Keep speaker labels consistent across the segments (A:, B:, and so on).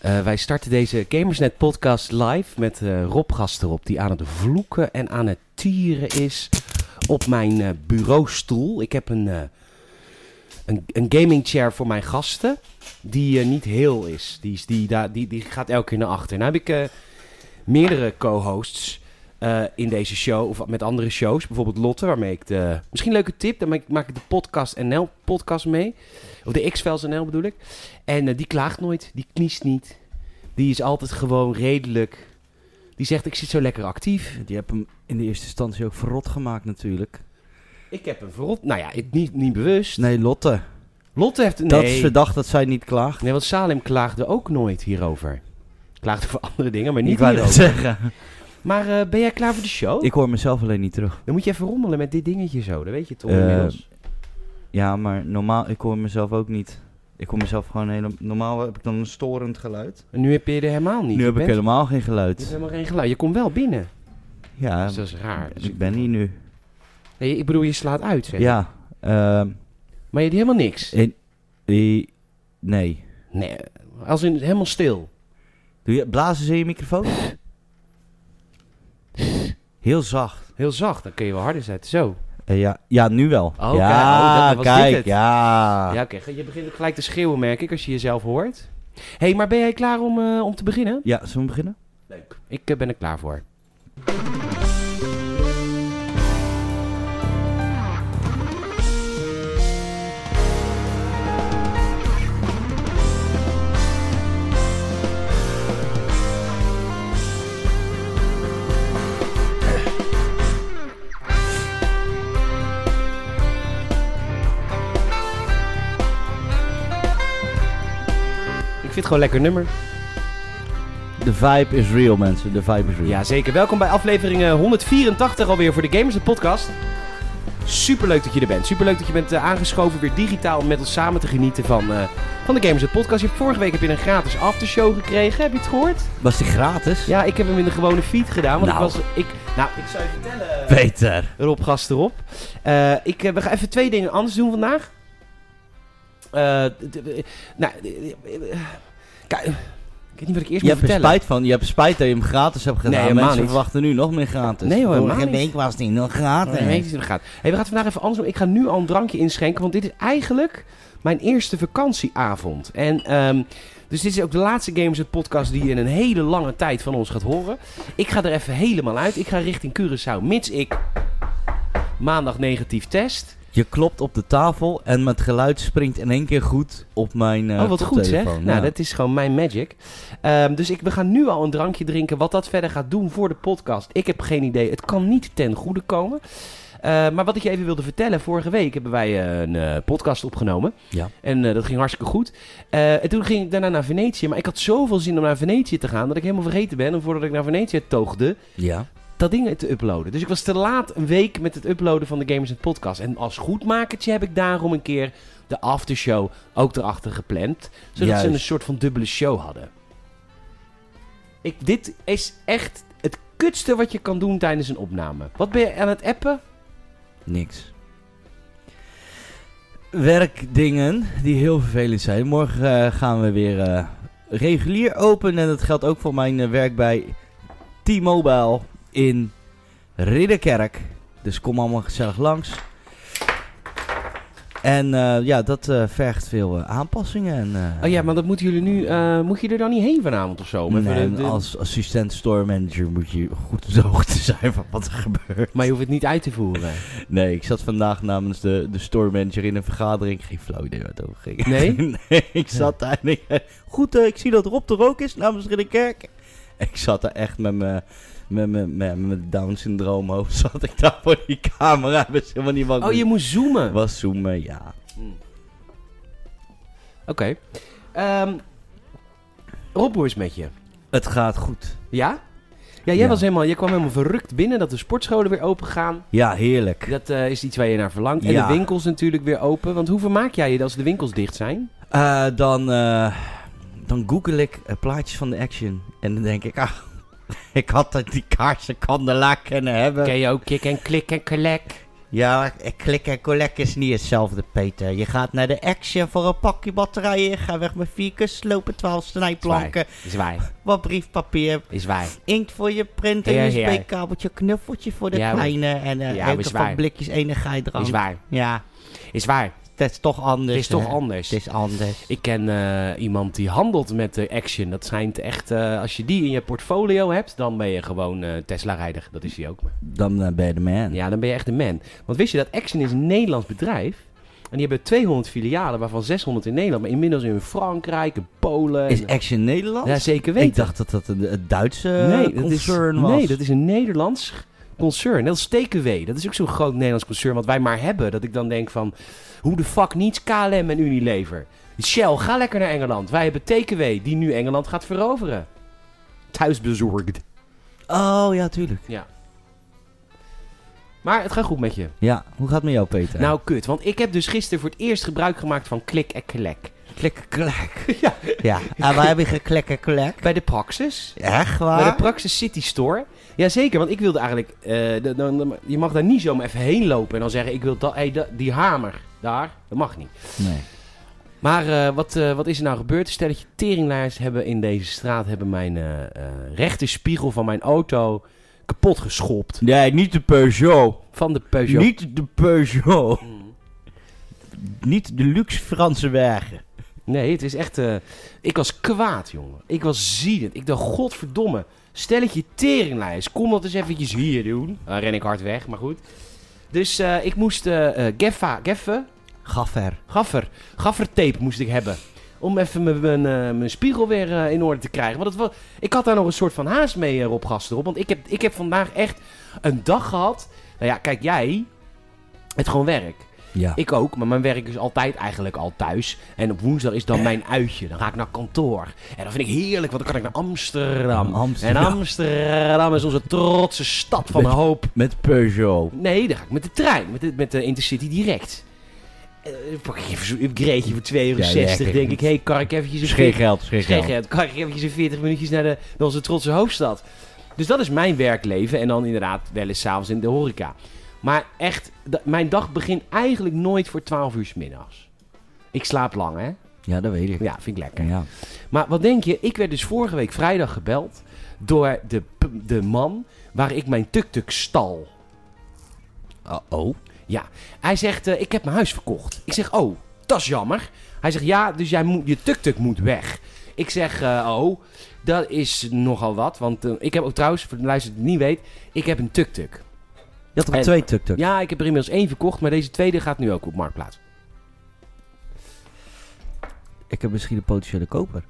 A: Eh, wij starten deze Gamersnet podcast live met eh, Rob Gasterop, die aan het vloeken en aan het tieren is op mijn eh, bureaustoel. Ik heb een, eh, een, een gaming chair voor mijn gasten, die eh, niet heel is. Die, is die, daar die, die gaat elke keer naar achter. Nou heb ik eh, meerdere co-hosts eh, in deze show, of met andere shows. Bijvoorbeeld Lotte, waarmee ik de... Misschien een leuke tip, dan maak ik, maak ik de Podcast NL podcast mee. Of de X-Files NL bedoel ik. En eh, die klaagt nooit, die kniest niet. Die is altijd gewoon redelijk. Die zegt, ik zit zo lekker actief.
B: Je hebt hem in de eerste instantie ook verrot gemaakt natuurlijk.
A: Ik heb een verrot... Nou ja, ik, niet, niet bewust.
B: Nee, Lotte.
A: Lotte heeft... Nee.
B: Dat is verdacht dat zij niet klaagt.
A: nee, want Salem klaagde ook nooit hierover. Klaagde voor andere dingen, maar
B: Ik
A: niet
B: wou dat
A: hierover.
B: zeggen.
A: Maar eh, ben jij klaar voor de show?
B: Ik hoor mezelf alleen niet terug.
A: Dan moet je even rommelen met dit dingetje zo. Dat weet je toch
B: Eh,
A: inmiddels.
B: Ja, maar normaal, ik hoor mezelf ook niet. Ik hoor mezelf gewoon helemaal... Normaal heb ik dan een storend geluid.
A: En nu heb je er helemaal niet.
B: Nu
A: Je
B: heb ik
A: bent-
B: helemaal geen
A: Je hebt
B: geluid.
A: helemaal geen geluid. Je komt wel binnen.
B: Ja,
A: dus dat is raar. Dus
B: ik ben hier nu.
A: Nee, ik bedoel, je slaat uit, zeg.
B: Ja, ehm,
A: Maar je doet helemaal niks.
B: en- eh, nee.
A: Nee, als in helemaal stil.
B: Doe je, blazen ze in je microfoon? Heel zacht.
A: Heel zacht, dan kun je wel harder zetten. Zo.
B: Eh, ja, ja, nu wel.
A: Oh, kijk, oh,
B: ja,
A: dat was dit
B: kijk,
A: het.
B: ja.
A: Ja, oké. Je begint ook gelijk te schreeuwen, merk ik, als je jezelf hoort. Hé, hey, maar ben jij klaar om, eh, om te beginnen?
B: Ja, zullen we beginnen?
A: Leuk. Ik eh, ben er klaar voor. Ik vind het gewoon een lekker nummer.
B: De vibe is real, mensen. De vibe is real.
A: Ja, zeker. Welkom bij aflevering eh, 184 alweer voor de Gamers en Podcast. Superleuk dat je er bent. Superleuk dat je bent eh, aangeschoven weer digitaal om met ons samen te genieten van, eh, van de Gamers en Podcast. Je hebt vorige week heb je een gratis aftershow gekregen. Heb je het gehoord?
B: Was die gratis?
A: Ja, ik heb hem in de gewone feed gedaan. Want
B: Nou.
A: ik was... Ik, nou, ik zou je vertellen... eh,
B: Peter.
A: Rob Gast erop. Eh, ik, eh, we gaan even twee dingen anders doen vandaag. Eh, d- d- eh, nou, d- d- eh, kijk, ik weet niet wat ik eerst moet
B: Je hebt er
A: vertellen.
B: spijt van. Je hebt spijt dat je hem gratis hebt gedaan.
A: Nee, helemaal
B: Mensen
A: niet.
B: verwachten nu nog meer gratis.
A: Nee, hoor, helemaal
B: Vorige
A: niet.
B: week was die nog
A: Nee, ik
B: gratis.
A: weet niet hoe het gaat. Hey, we gaan het vandaag even anders doen. Ik ga nu al een drankje inschenken, want dit is eigenlijk mijn eerste vakantieavond. En ehm, dus dit is ook de laatste Games het podcast die je in een hele lange tijd van ons gaat horen. Ik ga er even helemaal uit. Ik ga richting Curaçao, mits ik maandag negatief test.
B: Je klopt op de tafel en met geluid springt in één keer goed op mijn eh
A: oh, wat goed zeg.
B: koptelefoon.
A: Nou,
B: Ja.
A: dat is gewoon mijn magic. Ehm, dus ik, we gaan nu al een drankje drinken. Wat dat verder gaat doen voor de podcast, ik heb geen idee. Het kan niet ten goede komen. Eh, maar wat ik je even wilde vertellen, vorige week hebben wij eh, een eh, podcast opgenomen.
B: Ja.
A: En eh, dat ging hartstikke goed. Eh, en toen ging ik daarna naar Venetië. Maar ik had zoveel zin om naar Venetië te gaan dat ik helemaal vergeten ben. En voordat ik naar Venetië toogde,
B: ja.
A: dat ding te uploaden. Dus ik was te laat een week met het uploaden van de Gamers en Podcast. En als goedmakertje heb ik daarom een keer de aftershow ook erachter gepland. Zodat ze
B: Juist.
A: een soort van dubbele show hadden. Ik, dit is echt het kutste wat je kan doen tijdens een opname. Wat ben je aan het appen?
B: Niks. Werkdingen die heel vervelend zijn. Morgen eh, gaan we weer eh, regulier open. En dat geldt ook voor mijn eh, werk bij T-Mobile in Ridderkerk. Dus kom allemaal gezellig langs. En eh, ja, dat eh, vergt veel eh, aanpassingen. En, eh,
A: Oh ja, maar dat moeten jullie nu... eh, moet je er dan niet heen vanavond of zo? Om even
B: nee,
A: de- de-
B: Als assistent store manager moet je goed op de hoogte zijn van wat er gebeurt.
A: Maar je hoeft het niet uit te voeren.
B: Nee, ik zat vandaag namens de, de store manager in een vergadering. Geen flauw idee waar het over ging.
A: Nee?
B: nee, ik zat daar en ik, eh, Goed, eh, ik zie dat Rob er ook is namens Ridderkerk. Ik zat daar echt met mijn... Met mijn- met mijn Down-syndroom hoofd zat ik daar voor die camera. Wist helemaal niet wat ik
A: Oh, je
B: moest-
A: moet zoomen.
B: was zoomen, ja.
A: Oké. Ehm, Rob, hoe is het met je?
B: Het gaat goed.
A: Ja? Ja, jij,
B: Ja.
A: Was helemaal, jij kwam helemaal verrukt binnen dat de sportscholen weer open gaan.
B: Ja, heerlijk.
A: Dat eh, is iets waar je naar verlangt. En
B: Ja.
A: de winkels natuurlijk weer open. Want hoe vermaak jij je als de winkels dicht zijn?
B: Eh, dan, eh, dan google ik eh, plaatjes van de action. En dan denk ik, ah, ik had dat die kaarsen kandelaar kunnen hebben.
A: Ken je ook kick en klik en collect?
B: Ja, klik en collect is niet hetzelfde, Peter. Je gaat naar de Action voor een pakje batterijen. Ga weg met vier kusslopen, twaalf snijplanken.
A: Is waar.
B: Wat briefpapier,
A: Is waar.
B: inkt voor je printer,
A: Ja, ja.
B: USB-kabeltje, knuffeltje voor de
A: Ja, hoor.
B: kleine. En eh
A: Ja,
B: ruiken
A: is
B: van
A: waar.
B: blikjes enigheid drank.
A: Is waar.
B: Ja,
A: Is waar.
B: het is toch anders.
A: Het is toch
B: hè?
A: anders.
B: Het is anders.
A: Ik ken eh, iemand die handelt met de Action. Dat schijnt echt, eh, als je die in je portfolio hebt, dan ben je gewoon eh, Tesla-rijder. Dat is hij ook.
B: Dan eh, ben je de man.
A: Ja, dan ben je echt een man. Want wist je dat Action is een Nederlands bedrijf? En die hebben 200 filialen, waarvan 600 in Nederland. Maar inmiddels in Frankrijk, in Polen.
B: Is
A: en-
B: Action Nederland?
A: ja, zeker weten. Eh,
B: Ik dacht dat dat een, een Duitse eh,
A: nee, dat is,
B: concern was.
A: Nee, dat is een Nederlands concern. Net als TKW. Dat is ook zo'n groot Nederlands concern wat wij maar hebben. Dat ik dan denk van, hoe de fuck niet KLM en Unilever? Shell, ga lekker naar Engeland. Wij hebben TKW, die nu Engeland gaat veroveren. Thuisbezorgd.
B: Oh, ja, tuurlijk.
A: Maar het gaat goed met je.
B: Ja, hoe gaat het met jou, Peter?
A: Nou, kut. Want ik heb dus gisteren voor het eerst gebruik gemaakt van klik en klek.
B: klik, klek.
A: Ja.
B: Ja, en waar heb je geklekken, klek?
A: Bij de Praxis.
B: Echt
A: Bij de
B: waar?
A: Praxis City Store. Jazeker, want ik wilde eigenlijk... eh, de- dan- dan- je mag daar niet zomaar even heen lopen en dan zeggen... Ik wil dat, hey, da- die hamer daar. Dat mag niet.
B: Nee.
A: Maar eh, wat, eh, wat is er nou gebeurd? Stel dat je teringlijst hebben in deze straat... hebben mijn eh eh rechter spiegel van mijn auto kapot geschopt.
B: Nee, niet de Peugeot.
A: Van de Peugeot.
B: Niet de Peugeot.
A: Mm.
B: Niet de luxe Franse wagen.
A: Nee, het is echt... eh, ik was kwaad, jongen. Ik was ziedend. Ik dacht, godverdomme. Stelletje teringlijst. Kom dat eens eventjes hier doen. Dan ren ik hard weg, maar goed. Dus eh, ik moest eh eh, Geffa... Geffen?
B: Gaffer.
A: Gaffer. Gaffertape moest ik hebben. Om even mijn- mijn eh, mijn spiegel weer eh, in orde te krijgen. Want het was, ik had daar nog een soort van haast mee, eh, Rob Gasterop. Want ik heb, ik heb vandaag echt een dag gehad... Nou ja, kijk, jij... Het gewoon werk.
B: Ja.
A: Ik ook, maar mijn werk is altijd eigenlijk al thuis. En op woensdag is dan mijn uitje. Dan ga ik naar kantoor. En dat vind ik heerlijk, want dan kan ik naar Amsterdam. En
B: Amsterdam.
A: Amsterdam is onze trotse stad van een
B: Met-
A: hoop.
B: Met Peugeot.
A: Nee, dan ga ik met de trein, met de, met de Intercity direct. Eh, pak ik even zo'n upgradeje voor 2,60 euro.
B: Ja, lekker.
A: denk ik, hé, hey, kar ik eventjes een
B: Is geen
A: veer-
B: geld, is geen
A: is geen
B: geld.
A: geld. Kar ik eventjes in 40 minuutjes naar, de, naar onze trotse hoofdstad. Dus dat is mijn werkleven. En dan inderdaad wel eens 's avonds in de horeca. Maar echt, da- mijn dag begint eigenlijk nooit voor 12 uur 's middags. Ik slaap lang, hè?
B: Ja, dat weet ik.
A: Ja, vind ik lekker.
B: Ja.
A: Maar wat denk je? Ik werd dus vorige week vrijdag gebeld door de, p- de man waar ik mijn tuk-tuk stal.
B: oh.
A: Ja, hij zegt, eh, ik heb mijn huis verkocht. Ik zeg, oh, dat is jammer. Hij zegt, ja, dus jij moet, je tuk-tuk moet weg. Ik zeg, eh, oh, dat is nogal wat. Want eh, ik heb ook trouwens, voor de luisteraar die het niet weet, ik heb een tuk-tuk.
B: Je had er
A: En-
B: twee tuk-tuk.
A: Ja, ik heb er inmiddels één verkocht, maar deze tweede gaat nu ook op Marktplaats.
B: Ik heb misschien een potentiële koper.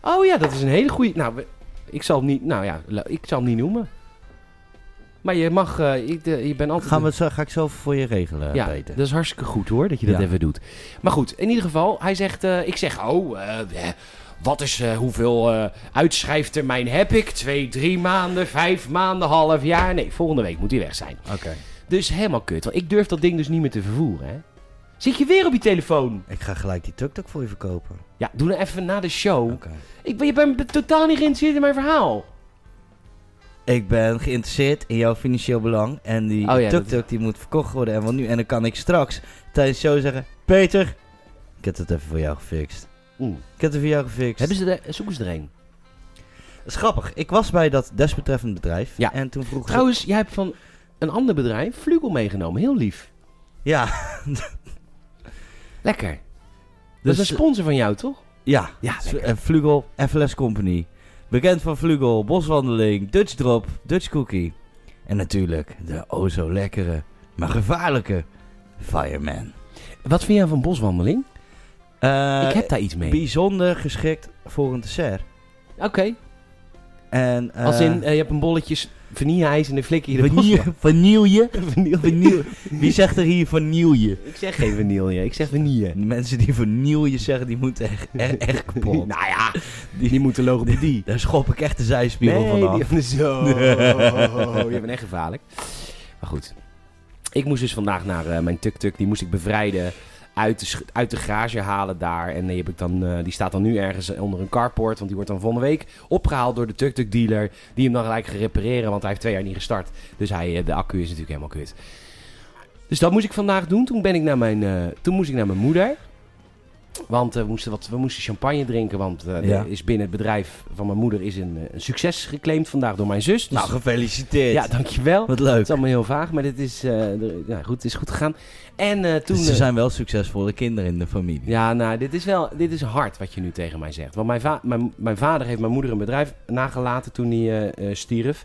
A: Oh ja, dat is een hele goede. Nou, we- ik zal hem niet, nou ja, la- ik zal hem niet noemen. Maar je mag, eh, ik, de- je bent altijd...
B: Gaan we, het zo- ga ik zo voor je regelen,
A: Ja,
B: Peter.
A: dat is hartstikke goed hoor, dat je dat
B: eh, Ja.
A: even doet. Maar goed, in ieder geval, hij zegt, eh, ik zeg, oh, eh, eh, wat is, eh, hoeveel eh, uitschrijftermijn heb ik? Twee, drie maanden, vijf maanden, half jaar? Nee, volgende week moet hij weg zijn.
B: Oké.
A: Dus helemaal kut, want ik durf dat ding dus niet meer te vervoeren, hè. Zit je weer op je telefoon?
B: Ik ga gelijk die tuk-tuk voor je verkopen.
A: Ja, doe nou even na de show.
B: Oké.
A: Ik, ben- je bent totaal niet geïnteresseerd in mijn verhaal.
B: Ik ben geïnteresseerd in jouw financieel belang. En die
A: Oh ja,
B: tuk-tuk die moet verkocht worden. En, wat nu, en dan kan ik straks tijdens de show zeggen... Peter, ik heb het even voor jou gefixt.
A: Oeh.
B: Ik heb het voor jou gefixt.
A: Hebben ze er, zoeken ze er een?
B: Dat is grappig. Ik was bij dat desbetreffend bedrijf.
A: Ja.
B: En toen vroeg ze-
A: Trouwens, jij hebt van een ander bedrijf Vlugel meegenomen, heel lief.
B: Ja.
A: Lekker. dat
B: Dus,
A: is een Ah, sponsor van jou, toch?
B: ja.
A: Ja,
B: S- En Vlugel FLS Company. Bekend van Vlugel, Boswandeling, Dutch Drop, Dutch Cookie. En natuurlijk de o zo lekkere, maar gevaarlijke Fireman.
A: Wat vind jij van boswandeling?
B: Eh,
A: ik heb daar iets mee.
B: Bijzonder geschikt voor een dessert.
A: Oké.
B: En, eh,
A: Als in, eh, je hebt een bolletje vanille-ijs en dan flikker je de
B: vanille, vanille,
A: boswan- vanille.
B: vanille. Wie zegt er hier vanille?
A: Ik zeg geen vanille, ik zeg vanille.
B: Die mensen die vanille zeggen, die moeten echt, echt, echt kapot.
A: nou ja,
B: Die-
A: die, moet de logopedie.
B: Daar schop ik echt de zijspiegel vanaf.
A: die van zo. je bent echt gevaarlijk. Maar goed. Ik moest dus vandaag naar eh, mijn tuk-tuk. Die moest ik bevrijden uit de, sch- uit de garage halen daar. En die, heb ik dan, eh, die staat dan nu ergens onder een carport. Want die wordt dan volgende week opgehaald door de tuk-tuk dealer. Die hem dan gelijk gaat repareren, want hij heeft twee jaar niet gestart. Dus hij, eh, de accu is natuurlijk helemaal kut. Dus dat moest ik vandaag doen. Toen, ben ik naar mijn, eh, toen moest ik naar mijn moeder. Want eh, we, moesten wat, we moesten champagne drinken. Want eh,
B: Ja.
A: er is binnen het bedrijf van mijn moeder is een, eh, een succes geclaimd vandaag door mijn zus. Dus,
B: Nou, gefeliciteerd.
A: ja, dankjewel.
B: Wat leuk.
A: Het is allemaal heel vaag, maar dit is, eh, er- ja, goed, het is goed gegaan. En eh, toen...
B: Dus
A: eh,
B: er zijn wel succesvolle kinderen in de familie.
A: ja, nou, dit is wel dit is hard wat je nu tegen mij zegt. Want mijn, va- mijn, mijn vader heeft mijn moeder een bedrijf nagelaten toen hij eh, eh, stierf.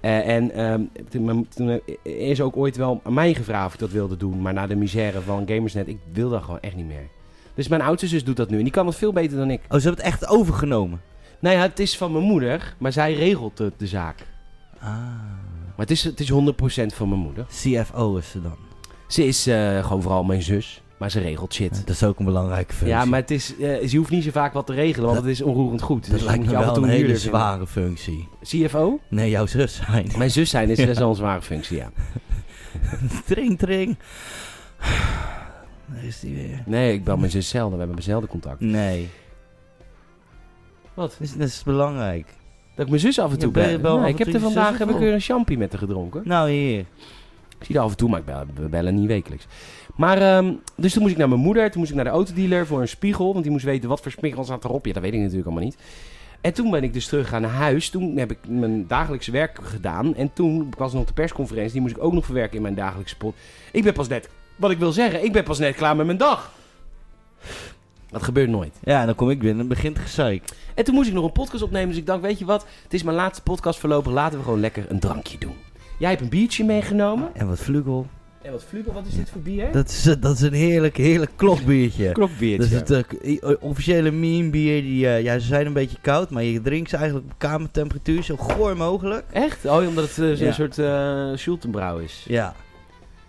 A: Eh, en ehm, toen, mijn- toen eh, is ook ooit wel aan mij gevraagd of ik dat wilde doen. Maar na de misère van Gamersnet, ik wil dat gewoon echt niet meer. Dus mijn oudste zus doet dat nu. En die kan het veel beter dan ik.
B: Oh, ze hebben het echt overgenomen.
A: Nou ja, het is van mijn moeder, maar zij regelt de, de zaak.
B: Ah.
A: Maar het is, het is 100% van mijn moeder.
B: CFO is ze dan.
A: Ze is eh, gewoon vooral mijn zus, maar ze regelt shit.
B: Dat is ook een belangrijke functie.
A: Ja, maar het is, eh, ze hoeft niet zo vaak wat te regelen, want
B: Dat-
A: het is onroerend goed. Dus
B: dat
A: dan
B: lijkt
A: moet
B: me
A: je af en
B: wel
A: toe
B: een hele
A: huurder vinden.
B: zware functie.
A: CFO?
B: Nee, jouw zus zijn.
A: Mijn zus zijn is
B: Ja.
A: best wel een zware functie, ja.
B: tring, tring. Daar is die weer.
A: Nee, ik bel mijn zus zelden. We hebben zelden contact.
B: Nee.
A: Wat?
B: Dat is, Dus dat is belangrijk.
A: Dat ik mijn zus af en
B: Ja,
A: toe
B: bel je
A: bel.
B: wel
A: Nee,
B: af en
A: ik heb
B: toe
A: er
B: je zus
A: vandaag
B: of
A: heb ik
B: wel?
A: weer een champie met haar gedronken.
B: Nou, hier.
A: Ik zie haar af en toe, maar ik bel, we bellen niet wekelijks. Maar, ehm, dus toen moest ik naar mijn moeder. Toen moest ik naar de autodealer voor een spiegel. Want die moest weten wat voor spiegel zat erop. Ja, dat weet ik natuurlijk allemaal niet. En toen ben ik dus terug gaan naar huis. Toen heb ik mijn dagelijkse werk gedaan. En toen was er nog de persconferentie. Die moest ik ook nog verwerken in mijn dagelijkse pot. Ik ben pas net... Wat ik wil zeggen, ik ben pas net klaar met mijn dag. Dat gebeurt nooit.
B: Ja, en dan kom ik binnen en begint gezeik.
A: En toen moest ik nog een podcast opnemen. Dus ik dacht, weet je wat? Het is mijn laatste podcast voorlopig. Laten we gewoon lekker een drankje doen. Jij hebt een biertje meegenomen.
B: En wat vlugel.
A: En wat Flubel, wat is dit voor bier?
B: Dat is, dat is een heerlijk, heerlijk klokbiertje.
A: Klokbiertje.
B: Dat is het eh, i- eh, officiële meme bier. Die, eh, ja, ze zijn een beetje koud, maar je drinkt ze eigenlijk op kamertemperatuur. Zo goor mogelijk.
A: Echt? Oh, omdat het eh, zo'n
B: Ja.
A: soort eh Schultenbrouw is.
B: Ja.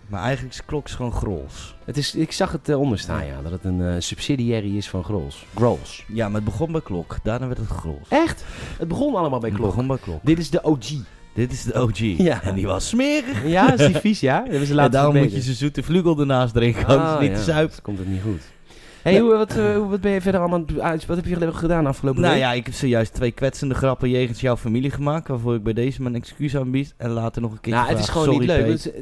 B: Maar eigenlijk is klok is gewoon grols.
A: Het is. Ik zag het eh, onderstaan, ja. Dat het een eh subsidiary is van Grols. Grols.
B: Ja, maar het begon bij klok. Daarna werd het grols.
A: Echt? Het begon allemaal bij
B: Het
A: Klok.
B: begon bij klok.
A: Dit is de OG.
B: Dit is de OG.
A: Ja.
B: En die was smerig.
A: Ja, is die vies, ja? Dat hebben ze
B: En
A: laten
B: daarom moet je
A: verbeteren.
B: ze zoete vlugel ernaast drinken.
A: Ah,
B: anders niet
A: ja.
B: te zuip.
A: Anders komt het niet goed. hey,
B: Ja.
A: hoe, wat, eh, hoe- wat ben je verder allemaal aan het- uit? Wat heb je gedaan afgelopen
B: Nou
A: week?
B: ja, ik heb zojuist twee kwetsende grappen jegens jouw familie gemaakt. Waarvoor ik bij deze mijn excuus aanbied. En later nog een keer.
A: Nou, het is gewoon niet leuk. want, eh,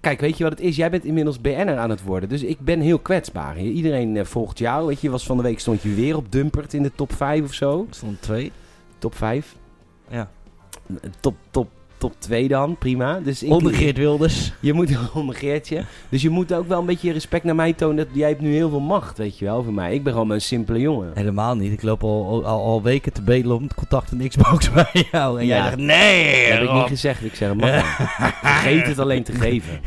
A: Kijk, weet je wat het is? Jij bent inmiddels BN'er aan het worden. Dus ik ben heel kwetsbaar. Iedereen eh, volgt jou. Weet je, was van de week stond je weer op Dumpert in de top 5 of zo.
B: Ik stond twee.
A: Top 5.
B: Ja.
A: eh, Top, top, top 2 dan. Prima. Dus ik,
B: Onder Geert Wilders.
A: Je moet onder Geertje. Dus je moet ook wel een beetje respect naar mij tonen. Dat, jij hebt nu heel veel macht, weet je wel, over mij. Ik ben gewoon maar een simpele jongen.
B: Helemaal niet. Ik loop al, al, al- al weken te bedelen om contact en Xbox bij jou. En jij
A: Ja,
B: dacht, nee,
A: Dat heb ik
B: Rob,
A: niet gezegd. Ik zeg, het mag niet. Vergeet het alleen te geven.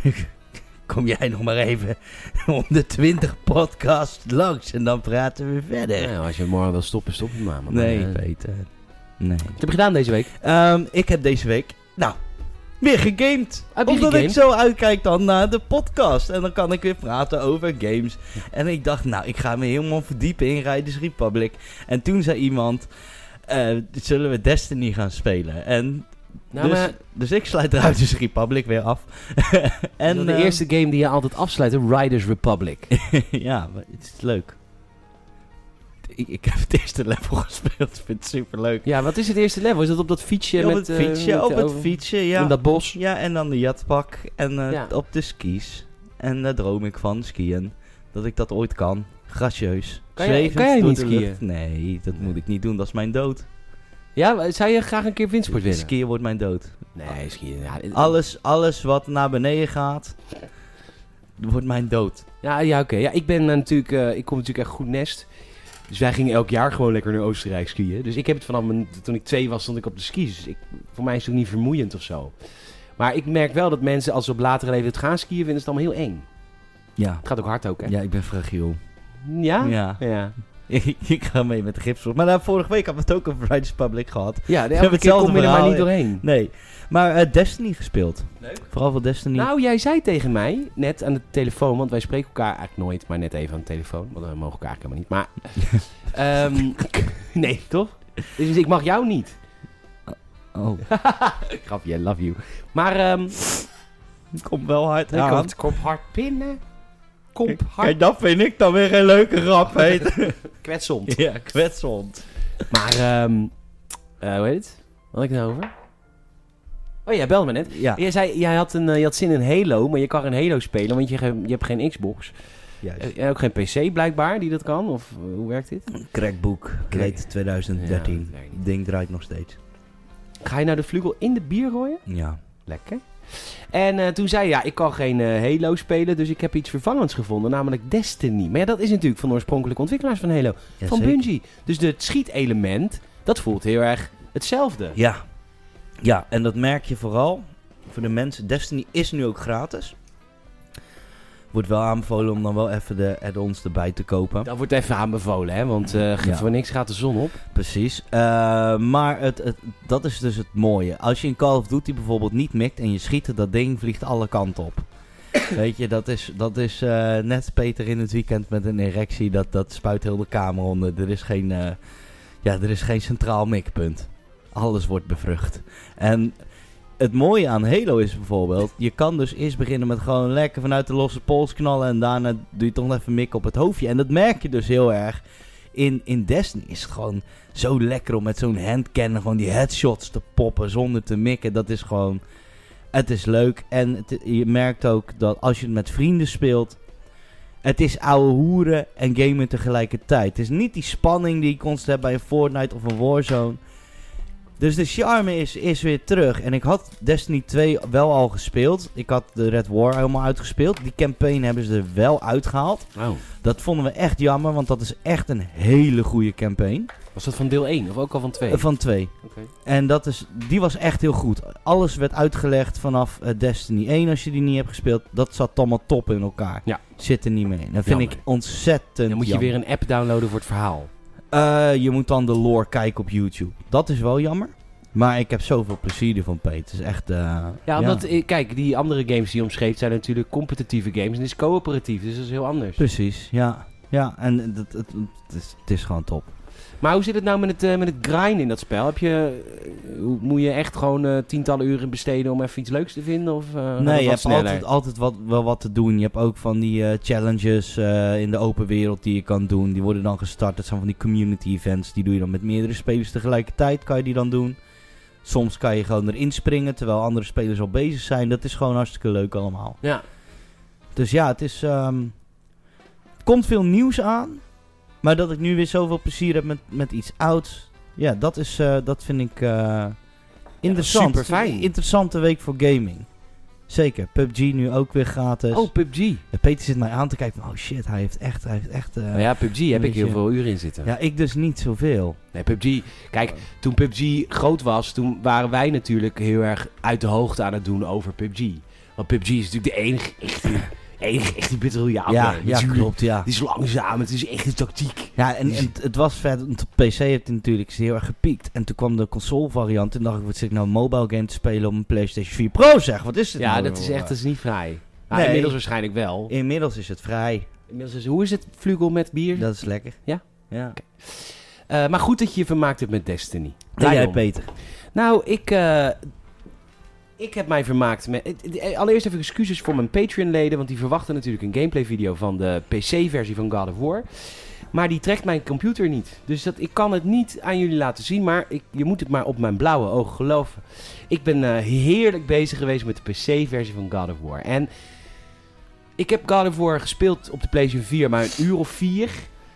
B: kom jij nog maar even om de 20 podcast langs. En dan praten we verder.
A: Nou, als je morgen wil stoppen, stop je maar. maar
B: nee,
A: eh,
B: Peter. Nee.
A: Wat heb je gedaan deze week?
B: Ehm, ik heb deze week, nou, weer gegamed.
A: Heb je
B: Omdat ik
A: gegamed?
B: zo uitkijk dan naar de podcast. En dan kan ik weer praten over games. En ik dacht, nou, ik ga me helemaal verdiepen in Riders Republic. En toen zei iemand, eh, zullen we Destiny gaan spelen? En
A: Nou,
B: dus,
A: maar-
B: dus ik sluit de Riders Republic weer af. en
A: En de
B: eh,
A: eerste game die je altijd afsluit, hè? Riders Republic.
B: ja, maar het is leuk. Ik, ik heb het eerste level gespeeld. Ik vind het superleuk.
A: ja, wat is het eerste level? Is dat op dat fietsje?
B: op
A: met,
B: het
A: eh,
B: fietsje,
A: met,
B: op het
A: oh,
B: fietsje, ja.
A: In dat bos.
B: Ja, en dan de jatpak en eh,
A: Ja.
B: op de skis. En daar droom ik van, skiën. Dat ik dat ooit kan. Gracieus.
A: Kan jij-
B: Zwevend
A: kan jij
B: door
A: niet
B: de
A: skiën?
B: lucht. Nee, dat
A: Nee.
B: moet ik niet doen. Dat is mijn dood.
A: Ja, maar zou je graag een keer windsport willen?
B: Skiën wordt mijn dood.
A: Nee, skiën. Ja, eh, dit-
B: Alles, alles wat naar beneden gaat, wordt mijn dood.
A: Ja, ja oké. Ja, ik ben eh, natuurlijk, eh, ik kom natuurlijk echt goed nest. Dus wij gingen elk jaar gewoon lekker naar Oostenrijk skiën. Dus ik heb het vanaf mijn, toen ik twee was, stond ik op de skis. Dus ik, voor mij is het ook niet vermoeiend of zo. Maar ik merk wel dat mensen, als ze op latere leeftijd gaan skiën, vinden ze het allemaal heel eng.
B: Ja.
A: Het gaat ook hard ook, hè?
B: Ja, ik ben fragiel.
A: Ja?
B: Ja.
A: Ja,
B: ik ga mee met de gipsrol. Maar daar vorige week hadden we het ook over Riders Public gehad.
A: ja de
B: hebben
A: elke keer
B: hetzelfde
A: kom je er maar
B: verhaal,
A: niet
B: hè?
A: doorheen.
B: Nee. Maar eh, Destiny gespeeld.
A: Leuk.
B: Vooral voor Destiny.
A: Nou, jij zei tegen mij, net aan de telefoon, want wij spreken elkaar eigenlijk nooit, maar net even aan de telefoon, want we mogen elkaar eigenlijk helemaal niet. Maar, ehm, nee, toch? Dus ik mag jou niet.
B: Oh,
A: Grapje, I love you. Maar, ehm,
B: het komt wel hard
A: ja,
B: aan.
A: komt hard binnen. Komp, hard,
B: Kijk, dat vind ik dan weer een leuke grap, heet.
A: kwetsond.
B: ja, kwetsond.
A: Maar, ehm eh, hoe heet het? Wat had ik het nou over? Oh, jij belde me net.
B: Ja,
A: Jij, zei, jij had, een, eh, je had zin in Halo, maar je kan geen Halo spelen, want je, ge- je hebt geen Xbox. Eh,
B: juist.
A: En ook geen PC blijkbaar die dat kan, of eh, hoe werkt dit?
B: Crackboek, leed 2013.
A: Ja, dat werkt niet.
B: Ding draait nog steeds.
A: Ga je nou de vlugel in de bier gooien?
B: Ja.
A: Lekker. En eh, toen zei hij, ja, ik kan geen eh, Halo spelen, dus ik heb iets vervangends gevonden, namelijk Destiny. Maar ja, dat is natuurlijk van de oorspronkelijke ontwikkelaars van Halo,
B: Ja,
A: van
B: zeker.
A: Bungie. Dus het schietelement, dat voelt heel erg hetzelfde.
B: Ja. Ja, en dat merk je vooral voor de mensen. Destiny is nu ook gratis. Wordt wel aanbevolen om dan wel even de add-ons erbij te kopen.
A: Dat wordt even aanbevolen, hè, want eh
B: Ja.
A: voor niks gaat de zon op.
B: Precies. Eh, maar het, het, dat is dus het mooie. Als je in Call of Duty bijvoorbeeld niet mikt en je schiet, het, dat ding vliegt alle kanten op. Weet je, dat is, dat is eh, net Peter in het weekend met een erectie. Dat, dat spuit heel de kamer onder. Er is geen, eh, ja, er is geen centraal mikpunt. Alles wordt bevrucht. En het mooie aan Halo is bijvoorbeeld... Je kan dus eerst beginnen met gewoon lekker vanuit de losse pols knallen... en daarna doe je toch nog even mik op het hoofdje. En dat merk je dus heel erg. In, in Destiny is het gewoon zo lekker om met zo'n handcannon gewoon die headshots te poppen zonder te mikken. Dat is gewoon... Het is leuk. En het- je merkt ook dat als je het met vrienden speelt... Het is ouwe hoeren en gamen tegelijkertijd. Het is niet die spanning die je constant hebt bij een Fortnite of een Warzone. Dus de charme is, is weer terug. En ik had Destiny 2 wel al gespeeld. Ik had de Red War helemaal uitgespeeld. Die campaign hebben ze er wel uitgehaald.
A: Oh.
B: Dat vonden we echt jammer, want dat is echt een hele goede campaign.
A: Was dat van deel 1 of ook al van 2?
B: Eh, Van 2. En dat is, die was echt heel goed. Alles werd uitgelegd vanaf eh, Destiny 1 als je die niet hebt gespeeld. Dat zat allemaal top in elkaar.
A: Ja.
B: Zit er niet meer in. Dat vind
A: Jammer.
B: ik ontzettend
A: Dan moet je
B: jammer.
A: weer een app downloaden voor het verhaal.
B: Eh, je moet dan de lore kijken op YouTube. Dat is wel jammer. Maar ik heb zoveel plezier ervan, Peet. Het is echt... eh,
A: Ja, omdat, eh, kijk, die andere games die je omschreef zijn natuurlijk competitieve games. En dit is coöperatief, dus dat is heel anders.
B: Precies, ja. Ja, en dat, het, het, is, het is gewoon top.
A: Maar hoe zit het nou met het, eh, met het grind in dat spel? Heb je, eh, hoe- moet je echt gewoon eh, tientallen uren besteden om even iets leuks te vinden? Of, eh, gaat dat
B: nee, je
A: wat
B: hebt
A: sneller?
B: altijd, altijd wat, wel wat te doen. Je hebt ook van die eh, challenges eh, in de open wereld die je kan doen. Die worden dan gestart. Dat zijn van die community events. Die doe je dan met meerdere spelers tegelijkertijd. Kan je die dan doen. Soms kan je gewoon erin springen terwijl andere spelers al bezig zijn. Dat is gewoon hartstikke leuk allemaal.
A: Ja.
B: Dus ja, het is. ehm, er komt veel nieuws aan. Maar dat ik nu weer zoveel plezier heb met, met iets ouds. Ja, dat, is, eh, dat vind ik eh interessant.
A: superfijn.
B: Interessante week voor gaming. Zeker. PUBG nu ook weer gratis.
A: Oh, PUBG.
B: En Peter zit mij aan te kijken. van, Oh shit, hij heeft echt. Hij heeft echt eh,
A: Nou ja, PUBG heb ik heel
B: Beetje.
A: veel uren in zitten.
B: ja, ik dus niet zoveel.
A: Nee, PUBG. Kijk, toen PUBG groot was, toen waren wij natuurlijk heel erg uit de hoogte aan het doen over PUBG. Want PUBG is natuurlijk de enige echte, enige echte
B: Ja,
A: briljant.
B: ja,
A: Het
B: klopt. Ja.
A: is langzaam, het is echt een tactiek.
B: Ja, en, en het- het was vet, want op PC heeft het natuurlijk heel erg gepiekt. En toen kwam de console variant en dacht ik, wat zit ik nou een mobile game te spelen op een PlayStation 4 Pro zeg? Wat is dit
A: Ja,
B: nou
A: dat
B: weer
A: is
B: voor-
A: echt dat is niet vrij. Maar
B: Nee.
A: inmiddels waarschijnlijk wel.
B: Inmiddels is het vrij.
A: Inmiddels is, hoe is het vlugel met bier?
B: Dat is lekker.
A: Ja?
B: Ja.
A: Eh, maar goed dat je je vermaakt hebt met Destiny.
B: En jij
A: Daarom.
B: Peter?
A: Nou, ik, eh, ik heb mij vermaakt met... eh, eh, Allereerst even excuses voor mijn Patreon-leden... want die verwachten natuurlijk een gameplay-video van de PC-versie van God of War. Maar die trekt mijn computer niet. Dus dat, ik kan het niet aan jullie laten zien... maar ik, je moet het maar op mijn blauwe oog geloven. Ik ben eh, heerlijk bezig geweest met de PC-versie van God of War. En ik heb God of War gespeeld op de PlayStation 4... maar een uur of vier.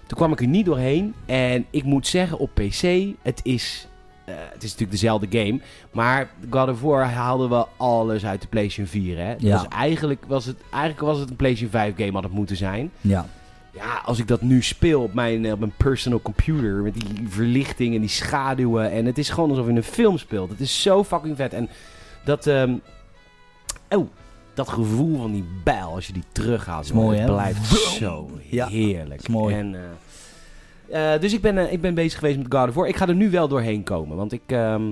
A: Toen kwam ik er niet doorheen. En ik moet zeggen, op PC, het is... eh, het is natuurlijk dezelfde game, maar God of War haalden we alles uit de PlayStation 4. Hè?
B: Ja.
A: Dus eigenlijk was, het, eigenlijk was het een PlayStation 5 game had het moeten zijn.
B: Ja.
A: Ja, als ik dat nu speel op mijn, eh, op mijn personal computer. Met die verlichting en die schaduwen. En het is gewoon alsof je in een film speelt. Het is zo fucking vet. En dat. ehm, oh, dat gevoel van die bijl als je die terughaalt.
B: Is
A: jongen,
B: mooi,
A: het
B: hè?
A: blijft zo
B: Ja,
A: heerlijk.
B: is mooi.
A: En, eh, eh, dus ik ben, eh, ik ben bezig geweest met God of War. Ik ga er nu wel doorheen komen. Want ik. ehm,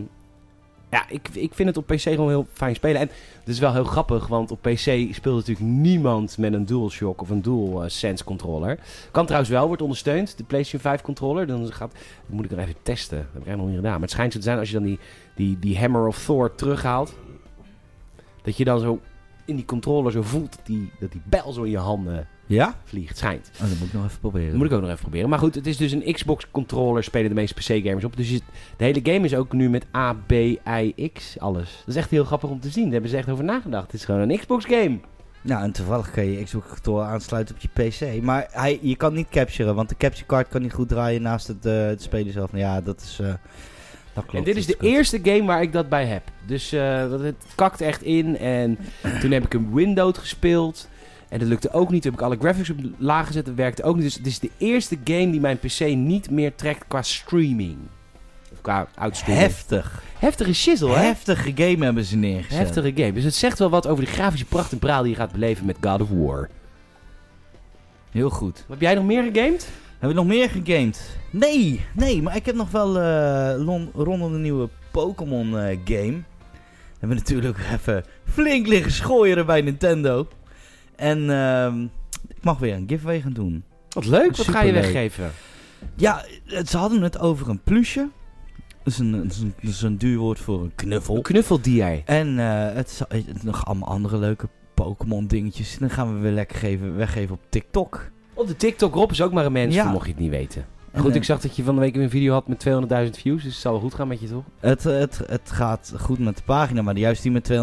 A: ja, ik, ik vind het op PC gewoon heel fijn spelen. En het is wel heel grappig, want op PC speelt natuurlijk niemand met een DualShock of een DualSense controller. Kan trouwens wel, wordt ondersteund, de PlayStation 5 controller. Dan gaat, dat moet ik er even testen. Dat heb ik eigenlijk nog niet gedaan. Maar het schijnt zo te zijn als je dan die, die, die Hammer of Thor terughaalt. Dat je dan zo in die controller zo voelt dat die, dat die bijl zo in je handen
B: Ja?
A: vliegt, schijnt.
B: Oh, dat moet ik nog even
A: Dat
B: proberen.
A: moet ik ook nog even proberen. Maar goed, het is dus een Xbox-controller, spelen de meeste PC-gamers op. Dus je- de hele game is ook nu met A, B, I, X, alles. Dat is echt heel grappig om te zien. Daar hebben ze echt over nagedacht. Het is gewoon een Xbox-game.
B: Nou, en toevallig kan je Xbox controller aansluiten op je PC. Maar hij, je kan niet capturen, want de capture card kan niet goed draaien naast het, eh, het spelen zelf. Nou Ja, dat is. eh, dat klopt.
A: en dit is de
B: dat klopt.
A: eerste game waar ik dat bij heb. Dus eh, dat, het kakt echt in. En toen heb ik een Windows gespeeld. En dat lukte ook niet. Toen heb ik alle graphics op laag gezet. Dat werkte ook niet. Dus dit is de eerste game die mijn PC niet meer trekt qua streaming. Of qua uitstoring.
B: Heftig.
A: Heftige shizzle, hè?
B: Heftige game hebben ze neergezet.
A: Heftige game. Dus het zegt wel wat over de grafische pracht en praal die je gaat beleven met God of War.
B: Heel goed.
A: Heb jij nog meer gegamed?
B: Hebben we nog meer gegamed? Nee, nee, maar ik heb nog wel eh, lon- rondom de nieuwe Pokémon eh, game. Hebben we natuurlijk even flink liggen schooieren bij Nintendo. En ehm, ik mag weer een giveaway gaan doen.
A: Wat leuk. Wat ga je
B: Superleuk.
A: weggeven?
B: Ja, het- ze hadden het over een pluche. Dat is een, dat is een, dat is een duur woord voor een knuffel.
A: Een knuffel die jij.
B: En eh, het is eh, nog allemaal andere leuke Pokémon dingetjes. En dan gaan we weer lekker geven, weggeven op TikTok.
A: Op de TikTok Rob is ook maar een mens,
B: Ja.
A: voor, mocht je het niet weten.
B: En,
A: goed,
B: eh,
A: ik zag dat je van de week weer een video had met 200.000 views. Dus het zal wel goed gaan met je, toch?
B: Het, het, het gaat goed met de pagina, maar juist die met 200.000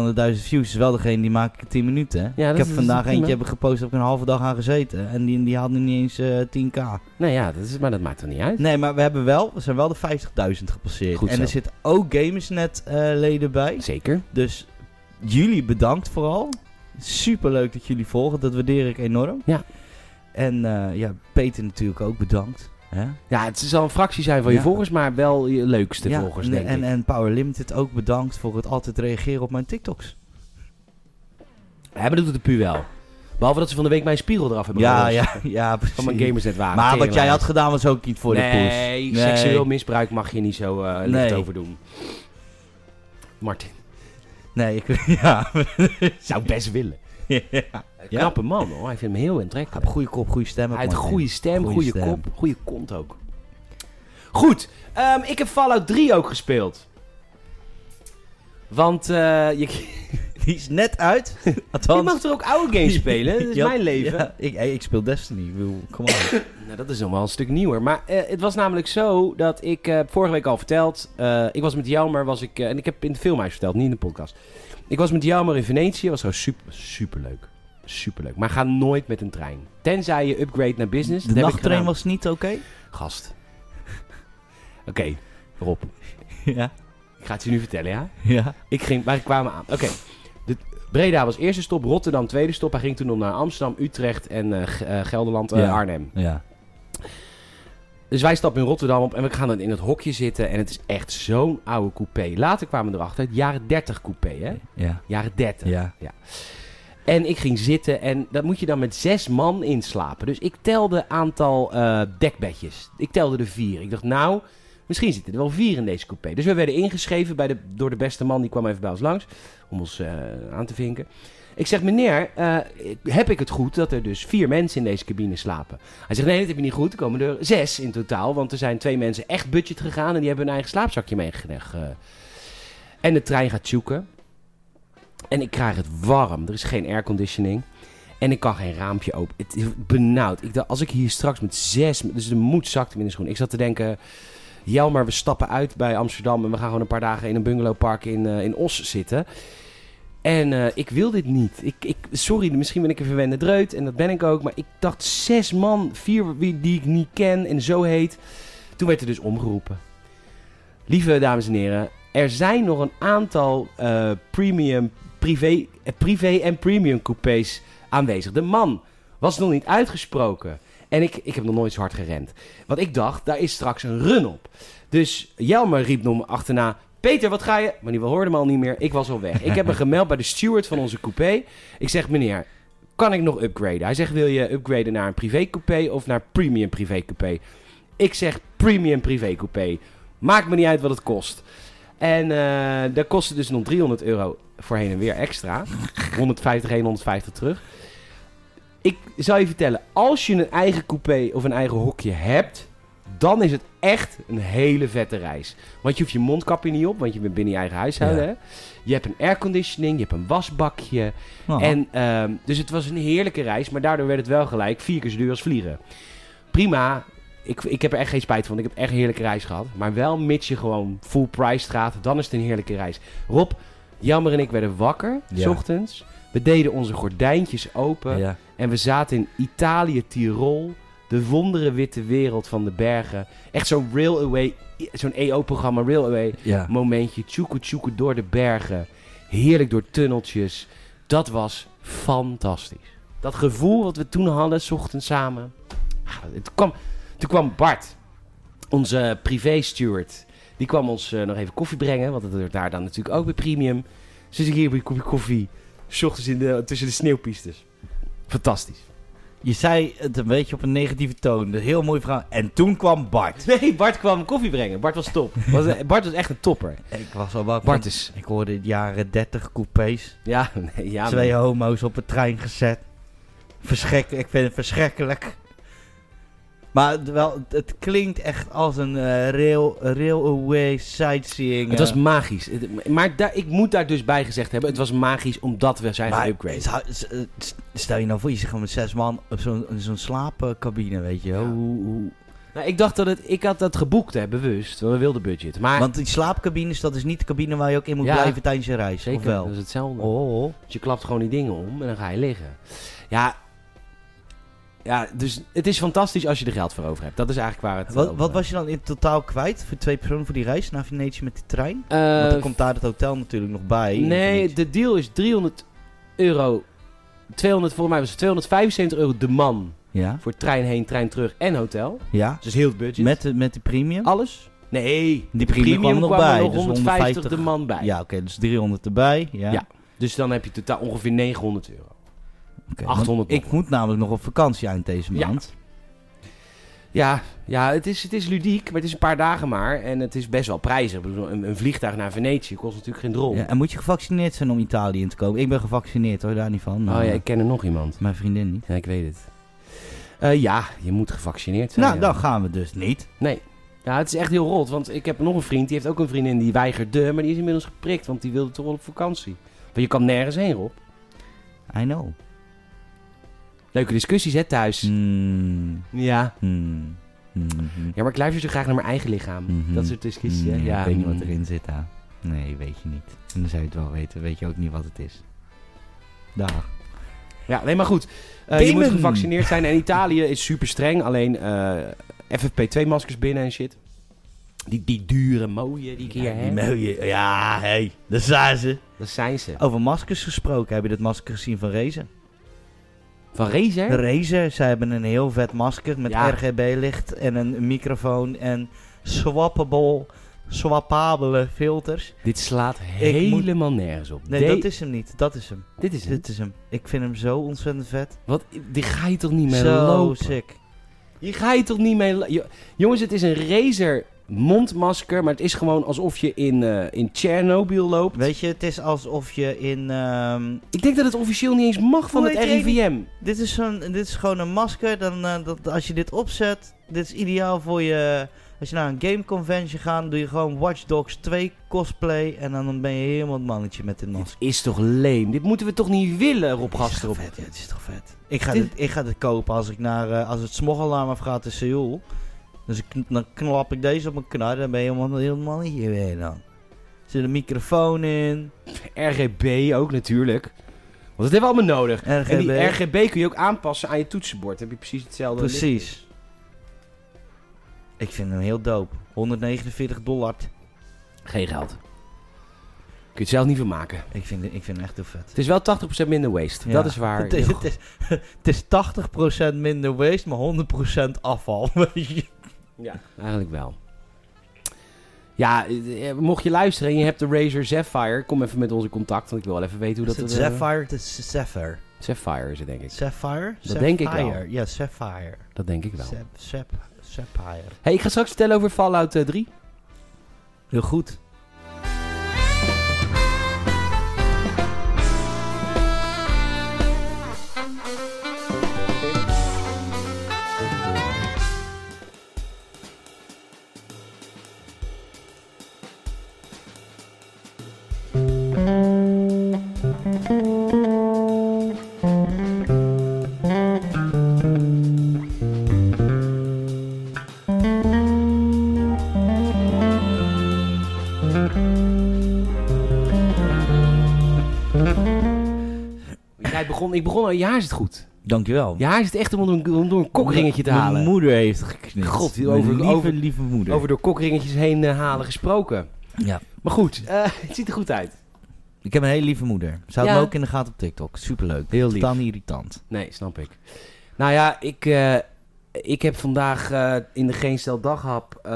B: views is wel degene die maak ik in 10 minuten. Hè?
A: dat
B: ik heb
A: is-
B: vandaag
A: prima.
B: eentje hebben gepost, heb ik een halve dag aan gezeten. En die, die hadden niet eens eh, 10k.
A: Nou ja, dat is, maar dat maakt toch niet uit?
B: Nee, maar we hebben wel, we zijn wel de 50.000 gepasseerd.
A: Goed
B: en
A: zo.
B: er zitten ook Gamersnet eh, leden bij.
A: Zeker.
B: Dus jullie bedankt vooral. Super leuk dat jullie volgen, dat waardeer ik enorm.
A: Ja.
B: En eh, ja, Peter natuurlijk ook bedankt. Hè?
A: Ja, het zal een fractie zijn van je
B: Ja.
A: volgers, maar wel je leukste
B: Ja,
A: volgers,
B: en-
A: denk
B: en,
A: ik.
B: en Power Limited ook bedankt voor het altijd reageren op mijn TikToks.
A: Ja, maar dat doet de pu wel. Behalve dat ze van de week mijn spiegel eraf hebben
B: Ja,
A: gerost.
B: ja, ja, precies.
A: Van mijn gamersnet waren.
B: Maar wat jij
A: Teringlijst.
B: had gedaan was ook niet voor de poes.
A: Nee, seksueel misbruik mag je niet zo eh licht
B: Nee.
A: over doen. Martin.
B: Nee, ik, ja.
A: Zou best willen.
B: ja. Ja?
A: Knappe man hoor, hij vindt me heel aantrekkelijk.
B: Goede kop, goede stem. ook,
A: Hij heeft een
B: Martin.
A: goede stem,
B: Goeie
A: goede
B: stem.
A: kop, goede kont ook. Goed, ehm, ik heb Fallout 3 ook gespeeld. Want eh, je,
B: Die is net uit.
A: je
B: Althans.
A: mag toch ook oude games spelen? Dat is
B: Ja,
A: mijn leven.
B: ja, ik, ik speel Destiny. ik bedoel, Come on.
A: Nou, dat is nog wel een stuk nieuwer. Maar eh, het was namelijk zo dat ik eh, vorige week al verteld. eh, ik was met jou, maar was ik. eh, en ik heb het in de filmhuis verteld, niet in de podcast. Ik was met jou, maar in Venetië. Was gewoon super, super leuk. Super leuk. Maar ga nooit met een trein. Tenzij je upgrade naar business.
B: De
A: Dat heb ik
B: nachttrain
A: gedaan.
B: was niet oké.
A: Gast. Oké, Rob.
B: Ja.
A: Ik ga het je nu vertellen, ja?
B: Ja.
A: Ik ging, wij kwamen aan. Oké. De- Breda was eerste stop, Rotterdam tweede stop. Hij ging toen nog naar Amsterdam, Utrecht en eh, G- eh, Gelderland, eh,
B: Ja.
A: Arnhem.
B: Ja.
A: Dus wij stappen in Rotterdam op en we gaan dan in het hokje zitten. En het is echt zo'n oude coupé. Later kwamen we erachter, het jaren 30 coupé, hè?
B: Ja.
A: Jaren 30.
B: Ja.
A: En ik ging zitten en dat moet je dan met zes man inslapen. Dus ik telde aantal eh, dekbedjes. Ik telde er vier. Ik dacht, nou, misschien zitten er wel vier in deze coupé. Dus we werden ingeschreven bij de, door de beste man. Die kwam even bij ons langs om ons eh, aan te vinken. Ik zeg, meneer, eh, heb ik het goed dat er dus vier mensen in deze cabine slapen? Hij zegt, nee, dat heb je niet goed. Er komen er zes in totaal. Want er zijn twee mensen echt budget gegaan en die hebben hun eigen slaapzakje meegelegd. eh. En de trein gaat zoeken. En ik krijg het warm. Er is geen airconditioning. En ik kan geen raampje open. Het is benauwd. Ik dacht, als ik hier straks met zes... Dus de moed zakte me in de schoen. Ik zat te denken... Ja, maar we stappen uit bij Amsterdam... en we gaan gewoon een paar dagen in een bungalowpark in, eh, in Os zitten. En eh, ik wil dit niet. Ik, ik, sorry, misschien ben ik een verwende dreut. En dat ben ik ook. Maar ik dacht, zes man, vier wie- die ik niet ken en zo heet. Toen werd er dus omgeroepen. Lieve dames en heren, er zijn nog een aantal eh, premium, privé, eh, privé en premium coupés aanwezig. De man was nog niet uitgesproken. En ik, ik heb nog nooit zo hard gerend. Want ik dacht, daar is straks een run op. Dus Jelmer riep nog me achterna... Peter, wat ga je... Maar die hoorde me al niet meer. Ik was al weg. Ik heb me gemeld bij de steward van onze coupé. Ik zeg, meneer, kan ik nog upgraden? Hij zegt, wil je upgraden naar een privécoupé of naar premium privécoupé? Ik zeg, premium privécoupé. Maakt me niet uit wat het kost. En eh dat kostte dus nog 300 euro voor heen en weer extra. 150 heen, 150 terug. Ik zal je vertellen, als je een eigen coupé of een eigen hokje hebt, Dan is het echt een hele vette reis. Want je hoeft je mondkapje niet op, want je bent binnen je eigen huishouden.
B: Ja.
A: hè. Je hebt een airconditioning, je hebt een wasbakje.
B: Nou,
A: En, ehm, dus het was een heerlijke reis, maar daardoor werd het wel gelijk vier keer zo duur als vliegen. Prima, ik, ik heb er echt geen spijt van. Ik heb echt een heerlijke reis gehad. Maar wel mits je gewoon full price gaat, dan is het een heerlijke reis. Rob, Jammer en ik werden wakker, s
B: Ja.
A: ochtends. We deden onze gordijntjes open
B: ja.
A: en we zaten in Italië, Tirol. De wondere witte wereld van de bergen. Echt zo'n railway, zo'n EO-programma Railway
B: ja.
A: momentje. Tjoekoe tjoekoe door de bergen. Heerlijk door tunneltjes. Dat was fantastisch. Dat gevoel wat we toen hadden, 's ochtends samen. Ah, Het kwam, toen kwam Bart, onze privé-steward. Die kwam ons eh, nog even koffie brengen. Want het wordt daar dan natuurlijk ook weer premium. Dus ik hier op een kopje koffie. 's ochtends in de, tussen de sneeuwpistes. Fantastisch.
B: Je zei het een beetje op een negatieve toon. Een heel mooi verhaal. En toen kwam Bart.
A: Nee, Bart kwam koffie brengen. Bart was top. Was- eh, Bart was echt een topper.
B: Ik was al bang.
A: Bart is...
B: Ik hoorde in de jaren 30 coupés.
A: Ja, nee, ja.
B: twee homo's op een trein gezet. Verschrikkelijk. Ik vind het verschrikkelijk. Maar het, wel, het- het klinkt echt als een eh, rail, railway sightseeing.
A: Het was
B: eh,
A: magisch. Het- Maar daar, ik moet daar dus bij gezegd hebben, het was magisch omdat we zijn
B: maar
A: geüpgrade.
B: het hou- s- eh, s- Stel je nou voor, je zit gewoon met zes man op zo'n in zo'n slaapcabine, weet je. wel.
A: Ja.
B: Hoe, hoe...
A: Nou, ik dacht dat het, ik had dat geboekt, hè, bewust, want we wilden budget. Maar
B: Want die slaapcabines, dat is niet de cabine waar je ook in moet
A: Ja.
B: blijven tijdens je reis,
A: zeker,
B: of wel?
A: dat is hetzelfde.
B: Oh.
A: Dus je klapt gewoon die dingen om en dan ga je liggen. Ja, ja dus het is fantastisch als je er geld voor over hebt. Dat is eigenlijk waar het
B: Wat,
A: over
B: wat
A: gaat.
B: was je dan in totaal kwijt voor twee personen voor die reis naar Venetië met die trein?
A: Eh,
B: Want dan komt daar het hotel natuurlijk nog bij. in
A: Nee,
B: Venetië.
A: de deal is 300 euro. 200, volgens mij was het 275 euro de man
B: Ja,
A: voor trein heen, trein terug en hotel.
B: ja.
A: Dus heel het budget.
B: Met, de, met de premium?
A: alles? Nee,
B: die
A: premium,
B: er
A: kwam er nog
B: dus
A: 150 de man bij.
B: Ja, oké, dus 300 erbij. Ja,
A: Ja, Dus dan heb je totaal ongeveer 900 euro.
B: Oké,
A: 800
B: want Ik
A: nog.
B: moet namelijk nog op vakantie eind deze
A: Ja.
B: maand.
A: Ja, ja het, is, het is ludiek, maar het is een paar dagen maar. En het is best wel prijzig. Ik bedoel, Een, een vliegtuig naar Venetië kost natuurlijk geen drol.
B: Ja, en moet je gevaccineerd zijn om Italië in te komen? Ik ben gevaccineerd hoor, daar niet van. maar,
A: oh ja,
B: eh,
A: ik ken er nog iemand.
B: Mijn vriendin niet.
A: Ja, ik weet het. Eh, ja, je moet gevaccineerd zijn.
B: nou,
A: ja.
B: dan gaan we dus niet.
A: Nee. Ja, het is echt heel rot. Want ik heb nog een vriend, die heeft ook een vriendin die weigerde. Maar die is inmiddels geprikt, want die wilde toch wel op vakantie. Want je kan nergens heen, Rob.
B: I know.
A: Leuke discussies, hè, thuis.
B: Hmm,
A: Ja.
B: hmm, hmm, hmm.
A: Ja, maar ik luister zo graag naar mijn eigen lichaam.
B: Mhm.
A: Dat soort discussies. hè?
B: Nee,
A: ja,
B: ik weet niet wat erin zit daar. Nee, weet je niet. En dan zou je het wel weten, weet je ook niet wat het is. Dag.
A: Ja, nee, maar goed. Eh, je
B: Demon.
A: moet gevaccineerd zijn. En Italië is super streng. Alleen eh, FFP2-maskers binnen en shit. Die, die dure, mooie die ik hier heb.
B: Ja, hé, hey, daar zijn ze.
A: Dat zijn ze.
B: Over maskers gesproken, heb je dat masker gezien van Razer?
A: Van Razer?
B: Razer, zij hebben een heel vet masker met
A: Ja.
B: RGB-licht en een microfoon en swappable, swappabele filters.
A: Dit slaat helemaal nergens op.
B: Nee,
A: De-
B: dat is hem niet. Dat is hem.
A: Dit is het.
B: Dit is hem. Ik vind hem zo ontzettend vet.
A: Wat, die ga je toch niet mee
B: zo
A: lopen?
B: sick.
A: Hier ga je toch niet mee lo- Jo- Jongens, het is een Razer mondmasker. Maar het is gewoon alsof je in, eh in Tsjernobyl loopt.
B: Weet je, het is alsof je in... ehm,
A: Ik denk dat het officieel niet eens mag van
B: Hoe
A: het
B: heet die-
A: RIVM.
B: Dit is, zo'n, dit is gewoon een masker. Dan, eh, dat, als je dit opzet, dit is ideaal voor je. Als je naar een game convention gaat, doe je gewoon Watch Dogs 2 cosplay. En dan ben je helemaal het mannetje met dit
A: Dit
B: masker.
A: is toch leem? Dit moeten we toch niet willen, Rob
B: Dit is toch
A: Gastrop?
B: vet, ja, dit is toch vet. Ik ga
A: Dit-
B: dit, ik ga dit kopen als, ik naar, eh, als het smogalarm afgaat in Seoul. Dus ik, dan klap ik deze op mijn knar. Dan ben je helemaal heel mannetje weer dan. Er zit een microfoon in.
A: RGB ook natuurlijk. Want dat hebben we allemaal nodig.
B: RGB.
A: En die RGB kun je ook aanpassen aan je toetsenbord. Dan heb je precies hetzelfde.
B: Precies. Ik vind hem heel dope. 149 dollar.
A: Geen geld. Kun je het zelf niet van maken.
B: Ik vind, ik vind hem echt heel vet.
A: Het is wel 80% minder waste.
B: Ja.
A: Dat is waar.
B: Het is, het, is, het is 80% minder waste, maar 100% afval. weet je.
A: Ja, eigenlijk wel. Ja, eh, mocht je luisteren en je hebt de Razer Sapphire, kom even met ons in contact, want ik wil wel even weten hoe
B: Is
A: dat...
B: het
A: eh,
B: Sapphire? Het is Sapphire.
A: Sapphire is het, denk ik.
B: Sapphire?
A: Dat denk ik
B: Sapphire.
A: wel.
B: Ja, Sapphire.
A: Dat denk ik wel.
B: Sap, sap, sapphire.
A: hey, ik ga straks vertellen over Fallout eh, 3.
B: Heel goed.
A: begon, ik begon al, je haar zit goed.
B: Dankjewel.
A: Je haar zit echt om door een, om door een kokringetje te
B: Mijn
A: halen.
B: moeder heeft geknipt.
A: God, die
B: Mijn
A: over-
B: lieve,
A: over-
B: lieve moeder.
A: Over door kokringetjes heen eh, halen gesproken.
B: Ja.
A: Maar goed, eh, het ziet er goed uit.
B: Ik heb een hele lieve moeder. Ze houdt
A: Ja.
B: me ook in de gaten op TikTok. Superleuk.
A: Heel lief.
B: Totaal niet irritant.
A: Nee, snap ik. Nou ja, ik, eh, ik heb vandaag eh, in de Geen Stel Daghap eh,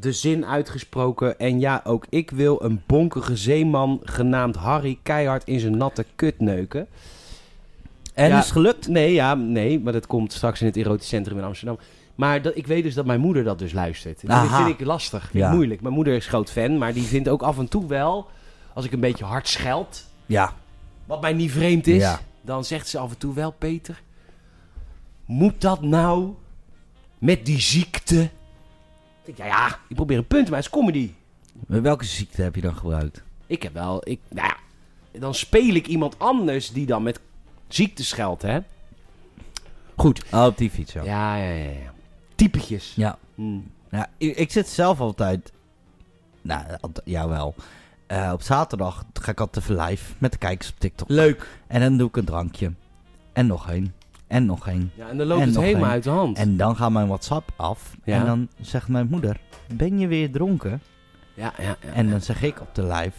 A: de zin uitgesproken. En ja, ook ik wil een bonkige zeeman genaamd Harry keihard in zijn natte kut neuken.
B: En
A: Ja.
B: is het gelukt?
A: Nee, ja, nee, maar dat komt straks in het erotisch centrum in Amsterdam. Maar dat, ik weet dus dat mijn moeder dat dus luistert. En Dat
B: Aha.
A: vind ik lastig, vind ik
B: Ja.
A: moeilijk. Mijn moeder is groot fan, maar die vindt ook af en toe wel... als ik een beetje hard scheld,
B: Ja.
A: wat mij niet vreemd is...
B: Ja.
A: dan zegt ze af en toe wel, Peter... moet dat nou met die ziekte? Ik denk, ja, ja, ik probeer een punt, maar het is comedy.
B: Maar Welke ziekte heb je dan gebruikt?
A: Ik heb wel... Ik, nou ja, dan speel ik iemand anders die dan met ziekte scheldt, hè? Goed.
B: Oh, op die fiets, ja. Ja.
A: Ja, ja, ja. ja. Typetjes.
B: ja.
A: Hmm.
B: Nou, ik, ik zit zelf altijd... Nou, alt- jawel. Eh, op zaterdag ga ik altijd even live met de kijkers op TikTok.
A: Leuk.
B: En dan doe ik een drankje. En nog één. En nog één.
A: Ja, en dan loopt
B: En
A: het
B: nog
A: helemaal
B: één.
A: uit de hand.
B: En dan gaat mijn WhatsApp af.
A: Ja.
B: En dan zegt mijn moeder... Ben je weer dronken?
A: ja, ja, ja.
B: En dan zeg ik op de live.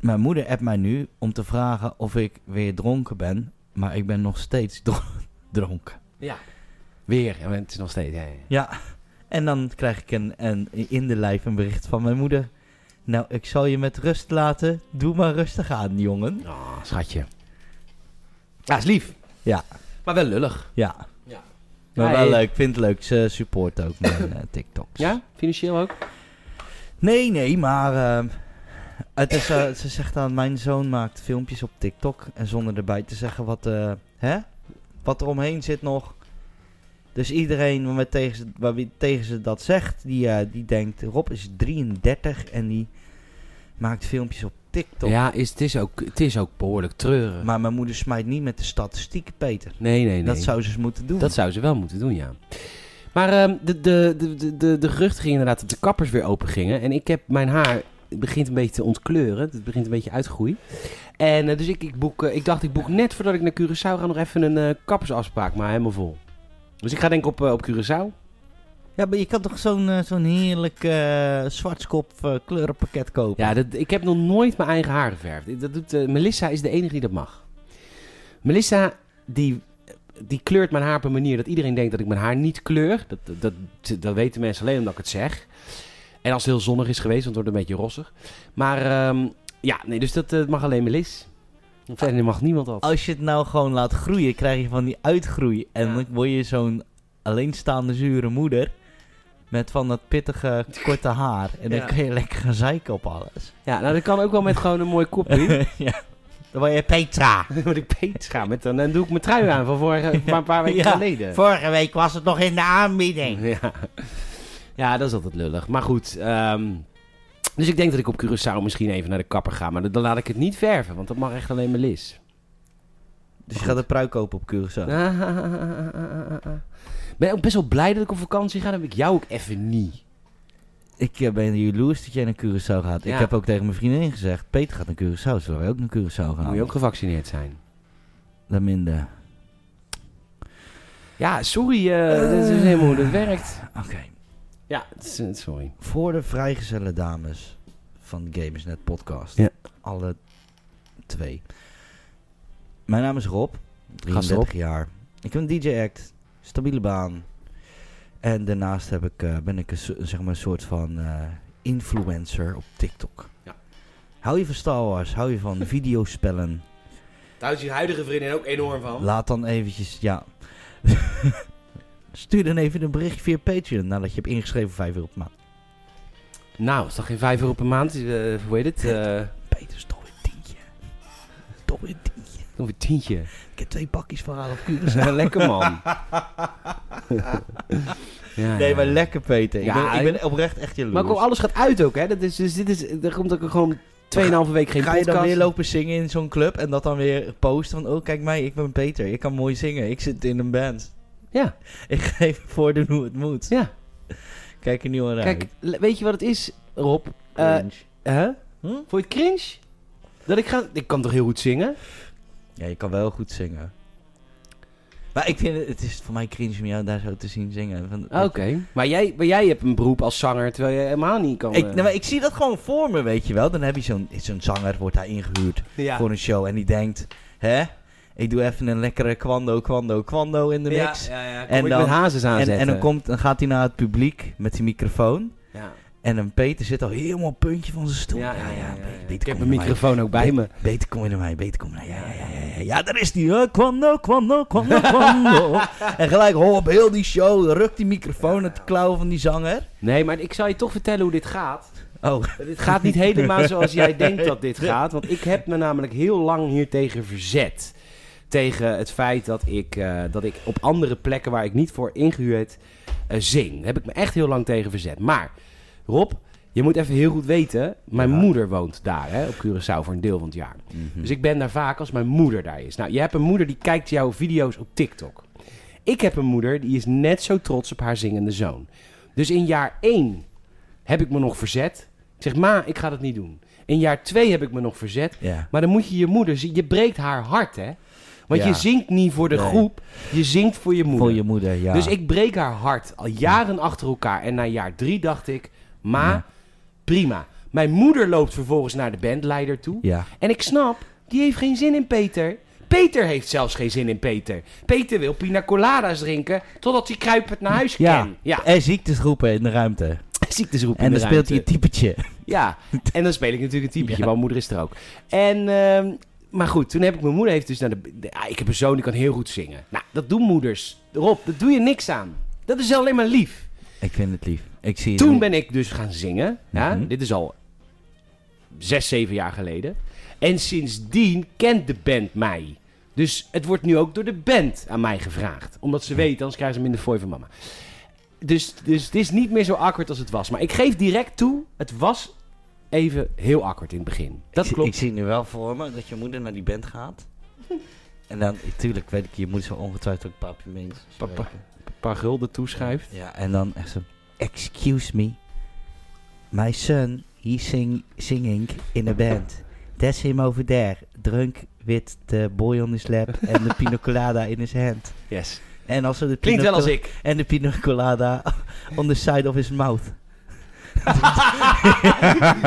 B: Mijn moeder appt mij nu om te vragen of ik weer dronken ben. Maar ik ben nog steeds dro- dronken.
A: ja. Weer. Ja, maar het is nog steeds. Ja, ja.
B: Ja. En dan krijg ik een, een, in de live een bericht van mijn moeder. Nou, ik zal je met rust laten. Doe maar rustig aan, jongen.
A: Ah, schatje. Ja, is lief.
B: Ja.
A: Maar wel lullig.
B: Ja.
A: Ja.
B: Maar
A: Ja,
B: wel
A: hey.
B: leuk. Vind het leuk. Ze support ook mijn eh, TikToks.
A: Ja? Financieel ook?
B: Nee, nee, maar ehm, het is, eh, ze zegt dan, mijn zoon maakt filmpjes op TikTok en zonder erbij te zeggen wat, eh, hè? wat er omheen zit nog. Dus iedereen waar we tegen ze, waar wie tegen ze dat zegt, die, eh, die denkt, Rob is 33 en die maakt filmpjes op TikTok.
A: Ja, is, het, is ook, het is ook behoorlijk treurig.
B: Maar mijn moeder smijt niet met de statistieken, Peter.
A: nee, nee, nee.
B: Dat zou ze eens moeten doen.
A: Dat zou ze wel moeten doen, ja. Maar ehm, de, de, de, de, de, de geruchten gingen inderdaad dat de kappers weer open gingen. En ik heb mijn haar, het begint een beetje te ontkleuren. Het begint een beetje uit te groeien. En eh, dus ik, ik, boek, eh, ik dacht, ik boek net voordat ik naar Curaçao ga nog even een eh, kappersafspraak. Maar helemaal vol. Dus ik ga denk ik op, eh, op Curaçao.
B: Ja, maar je kan toch zo'n eh, zo'n heerlijk eh zwartskop eh, kleurenpakket kopen?
A: Ja, dat, ik heb nog nooit mijn eigen haar geverfd. Dat doet, eh, Melissa is de enige die dat mag. Melissa, die, die kleurt mijn haar op een manier dat iedereen denkt dat ik mijn haar niet kleur. Dat, dat, dat, dat weten mensen alleen omdat ik het zeg. En als het heel zonnig is geweest, dan wordt het een beetje rossig. Maar ehm, ja, nee, dus dat eh, mag alleen Melis. Want Verder mag niemand dat.
B: Als je het nou gewoon laat groeien, krijg je van die uitgroei. En
A: Ja.
B: dan word je zo'n alleenstaande zure moeder. Met van dat pittige, korte haar. En dan
A: Ja.
B: kun je lekker gaan zeiken op alles.
A: Ja, nou dat kan ook wel met gewoon een mooi kopje.
B: ja. Dan word je Petra.
A: Dan word ik beter gaan. Met, dan, dan doe ik mijn trui aan van vorige, maar een paar weken
B: Ja.
A: geleden.
B: Vorige week was het nog in de aanbieding.
A: Ja. ja, dat is altijd lullig. Maar goed, ehm, dus ik denk dat ik op Curaçao misschien even naar de kapper ga. Maar dan- dan laat ik het niet verven, want dat mag echt alleen Melis.
B: Dus je gaat een pruik kopen op Curaçao.
A: Ah, Ik ah, ben ook best wel blij dat ik op vakantie ga. Dan heb ik jou ook even niet.
B: Ik eh, ben jaloers dat jij naar Curaçao gaat.
A: Ja.
B: Ik heb ook tegen mijn vriendin gezegd, Peter gaat naar Curaçao. Zullen wij ook naar Curaçao
A: Dan
B: gaan?
A: moet je ook gevaccineerd zijn.
B: Dat minder.
A: Ja, sorry. eh, Dat is helemaal hoe dat werkt.
B: Oké.
A: Ja, het is- het- sorry.
B: Voor de vrijgezelle dames van de Gamersnet podcast.
A: Ja.
B: Alle twee. Mijn naam is Rob, 33
A: Rob.
B: jaar. Ik heb een DJ-act, stabiele baan. En daarnaast heb ik, eh, ben ik een, so- zeg maar een soort van eh, influencer op TikTok.
A: Ja.
B: Hou je van Star Wars, hou je van videospellen.
A: Daar houdt je huidige vriendin ook enorm van.
B: Laat dan eventjes, ja. Stuur dan even een berichtje via Patreon nadat je hebt ingeschreven voor 5 euro per maand.
A: Nou, het is toch geen vijf euro per maand? Eh, hoe heet het? Eh
B: Peter, is toch weer tientje. Toch weer tientje.
A: nog een tientje.
B: Ik heb twee pakjes van haar op Curaçao.
A: Lekker man. Ja,
B: Nee,
A: ja.
B: maar lekker Peter. Ik,
A: Ja,
B: ben, ik ben oprecht echt jaloers.
A: Maar kom, alles gaat uit ook, hè? Dat is, dus dit is, er komt ook gewoon 2,5 week geen
B: Ga je
A: podcast.
B: dan weer lopen zingen in zo'n club en dat dan weer posten van... Oh, kijk mij, ik ben Peter. Ik kan mooi zingen. Ik zit in een band.
A: Ja,
B: Ik geef voordoen hoe het moet.
A: ja.
B: Kijk er nu aan
A: Kijk,
B: uit.
A: le- weet je wat het is, Rob? Eh,
B: Cringe.
A: hè?
B: Hm?
A: Vond je het cringe? Dat ik ga... Ik kan toch heel goed zingen?
B: Ja, je kan wel goed zingen. Maar ik vind het, het is voor mij cringe om jou daar zo te zien zingen. Van-
A: Ah, Oké. Maar, jij, maar jij hebt een beroep als zanger, terwijl je helemaal niet kan...
B: Ik,
A: eh,
B: nou, maar ik zie dat gewoon voor me, weet je wel. Dan heb je zo'n zo'n zanger, wordt daar ingehuurd
A: ja.
B: voor een show. En die denkt, hè, ik doe even een lekkere kwando, kwando, kwando in de mix.
A: Ja, ja, ja. Kom
B: En
A: ik
B: dan-
A: met hazes
B: en,
A: aanzetten.
B: en dan, komt, dan gaat hij naar het publiek met die microfoon.
A: Ja,
B: En een Peter zit al helemaal op het puntje van zijn stoel.
A: ja, ja, ja, ja.
B: Beter,
A: Ik heb een
B: kom je naar mij.
A: microfoon ook bij me.
B: Beter kom je naar mij, beter kom je naar mij. Ja, ja, ja, ja, ja. ja daar is die. hè. Kwando, kwando, kwando, kwando. en gelijk, ho, op heel die show rukt die microfoon uit de klauwen van die zanger.
A: Nee, maar ik zal je toch vertellen hoe dit gaat.
B: Oh,
A: Het gaat niet helemaal zoals jij denkt dat dit gaat. Want ik heb me namelijk heel lang hier tegen verzet. Tegen het feit dat ik, eh, dat ik op andere plekken waar ik niet voor ingehuurd eh, zing. Daar heb ik me echt heel lang tegen verzet. Maar Rob, je moet even heel goed weten. Mijn
B: Ja.
A: moeder woont daar hè, op Curaçao voor een deel van het jaar. Dus ik ben daar vaak als mijn moeder daar is. Nou, je hebt een moeder die kijkt jouw video's op TikTok. Ik heb een moeder die is net zo trots op haar zingende zoon. Dus in jaar 1 heb ik me nog verzet. Ik zeg, ma, ik ga dat niet doen. In jaar 2 heb ik me nog verzet.
B: ja.
A: Maar dan moet je je moeder zien. Je breekt haar hart, hè? Want
B: Ja.
A: je zingt niet voor de
B: Nee.
A: groep. Je zingt voor je moeder.
B: Voor je moeder, ja.
A: Dus ik breek haar hart al jaren achter elkaar. En na jaar 3 dacht ik, ma,
B: Ja.
A: prima. Mijn moeder loopt vervolgens naar de bandleider toe.
B: Ja.
A: En ik snap, die heeft geen zin in Peter. Peter heeft zelfs geen zin in Peter. Peter wil pina coladas drinken totdat hij kruipend naar huis
B: Ja.
A: kan. Ja,
B: En ziektesgroepen in de ruimte.
A: ziektezoek
B: en dan speelt hij een typetje.
A: Ja, en dan speel ik natuurlijk een typetje.
B: Ja.
A: Mijn moeder is er ook. En, ehm, maar goed, toen heb ik mijn moeder heeft dus naar de, de- ah, ik heb een zoon die kan heel goed zingen. Nou, dat doen moeders. Rob, dat doe je niks aan. Dat is alleen maar lief.
B: Ik vind het lief. Ik zie
A: Toen ben ik dus gaan zingen. Ja,
B: Mhm.
A: Dit is al zes, zeven jaar geleden. En sindsdien kent de band mij. Dus het wordt nu ook door de band aan mij gevraagd. Omdat
B: Mhm.
A: ze weten, anders krijgen ze hem in de fooi van mama. Dus, dus het is niet meer zo awkward als het was. Maar ik geef direct toe, het was even heel awkward in het begin. Dat
B: ik,
A: klopt.
B: zie nu wel voor me dat je moeder naar die band gaat. en dan, natuurlijk weet ik, je moeder zo ongetwijfeld ook papiermunt.
A: Papa. Een paar gulden toeschuift.
B: Ja, en dan echt zo. Excuse me. My son, he's sing, singing in a band. That's him over there. Drunk with the boy on his lap en de pina colada in his hand.
A: Yes.
B: En also de
A: Klinkt
B: pina
A: wel als
B: col-
A: ik.
B: En de pina colada on the side of his mouth.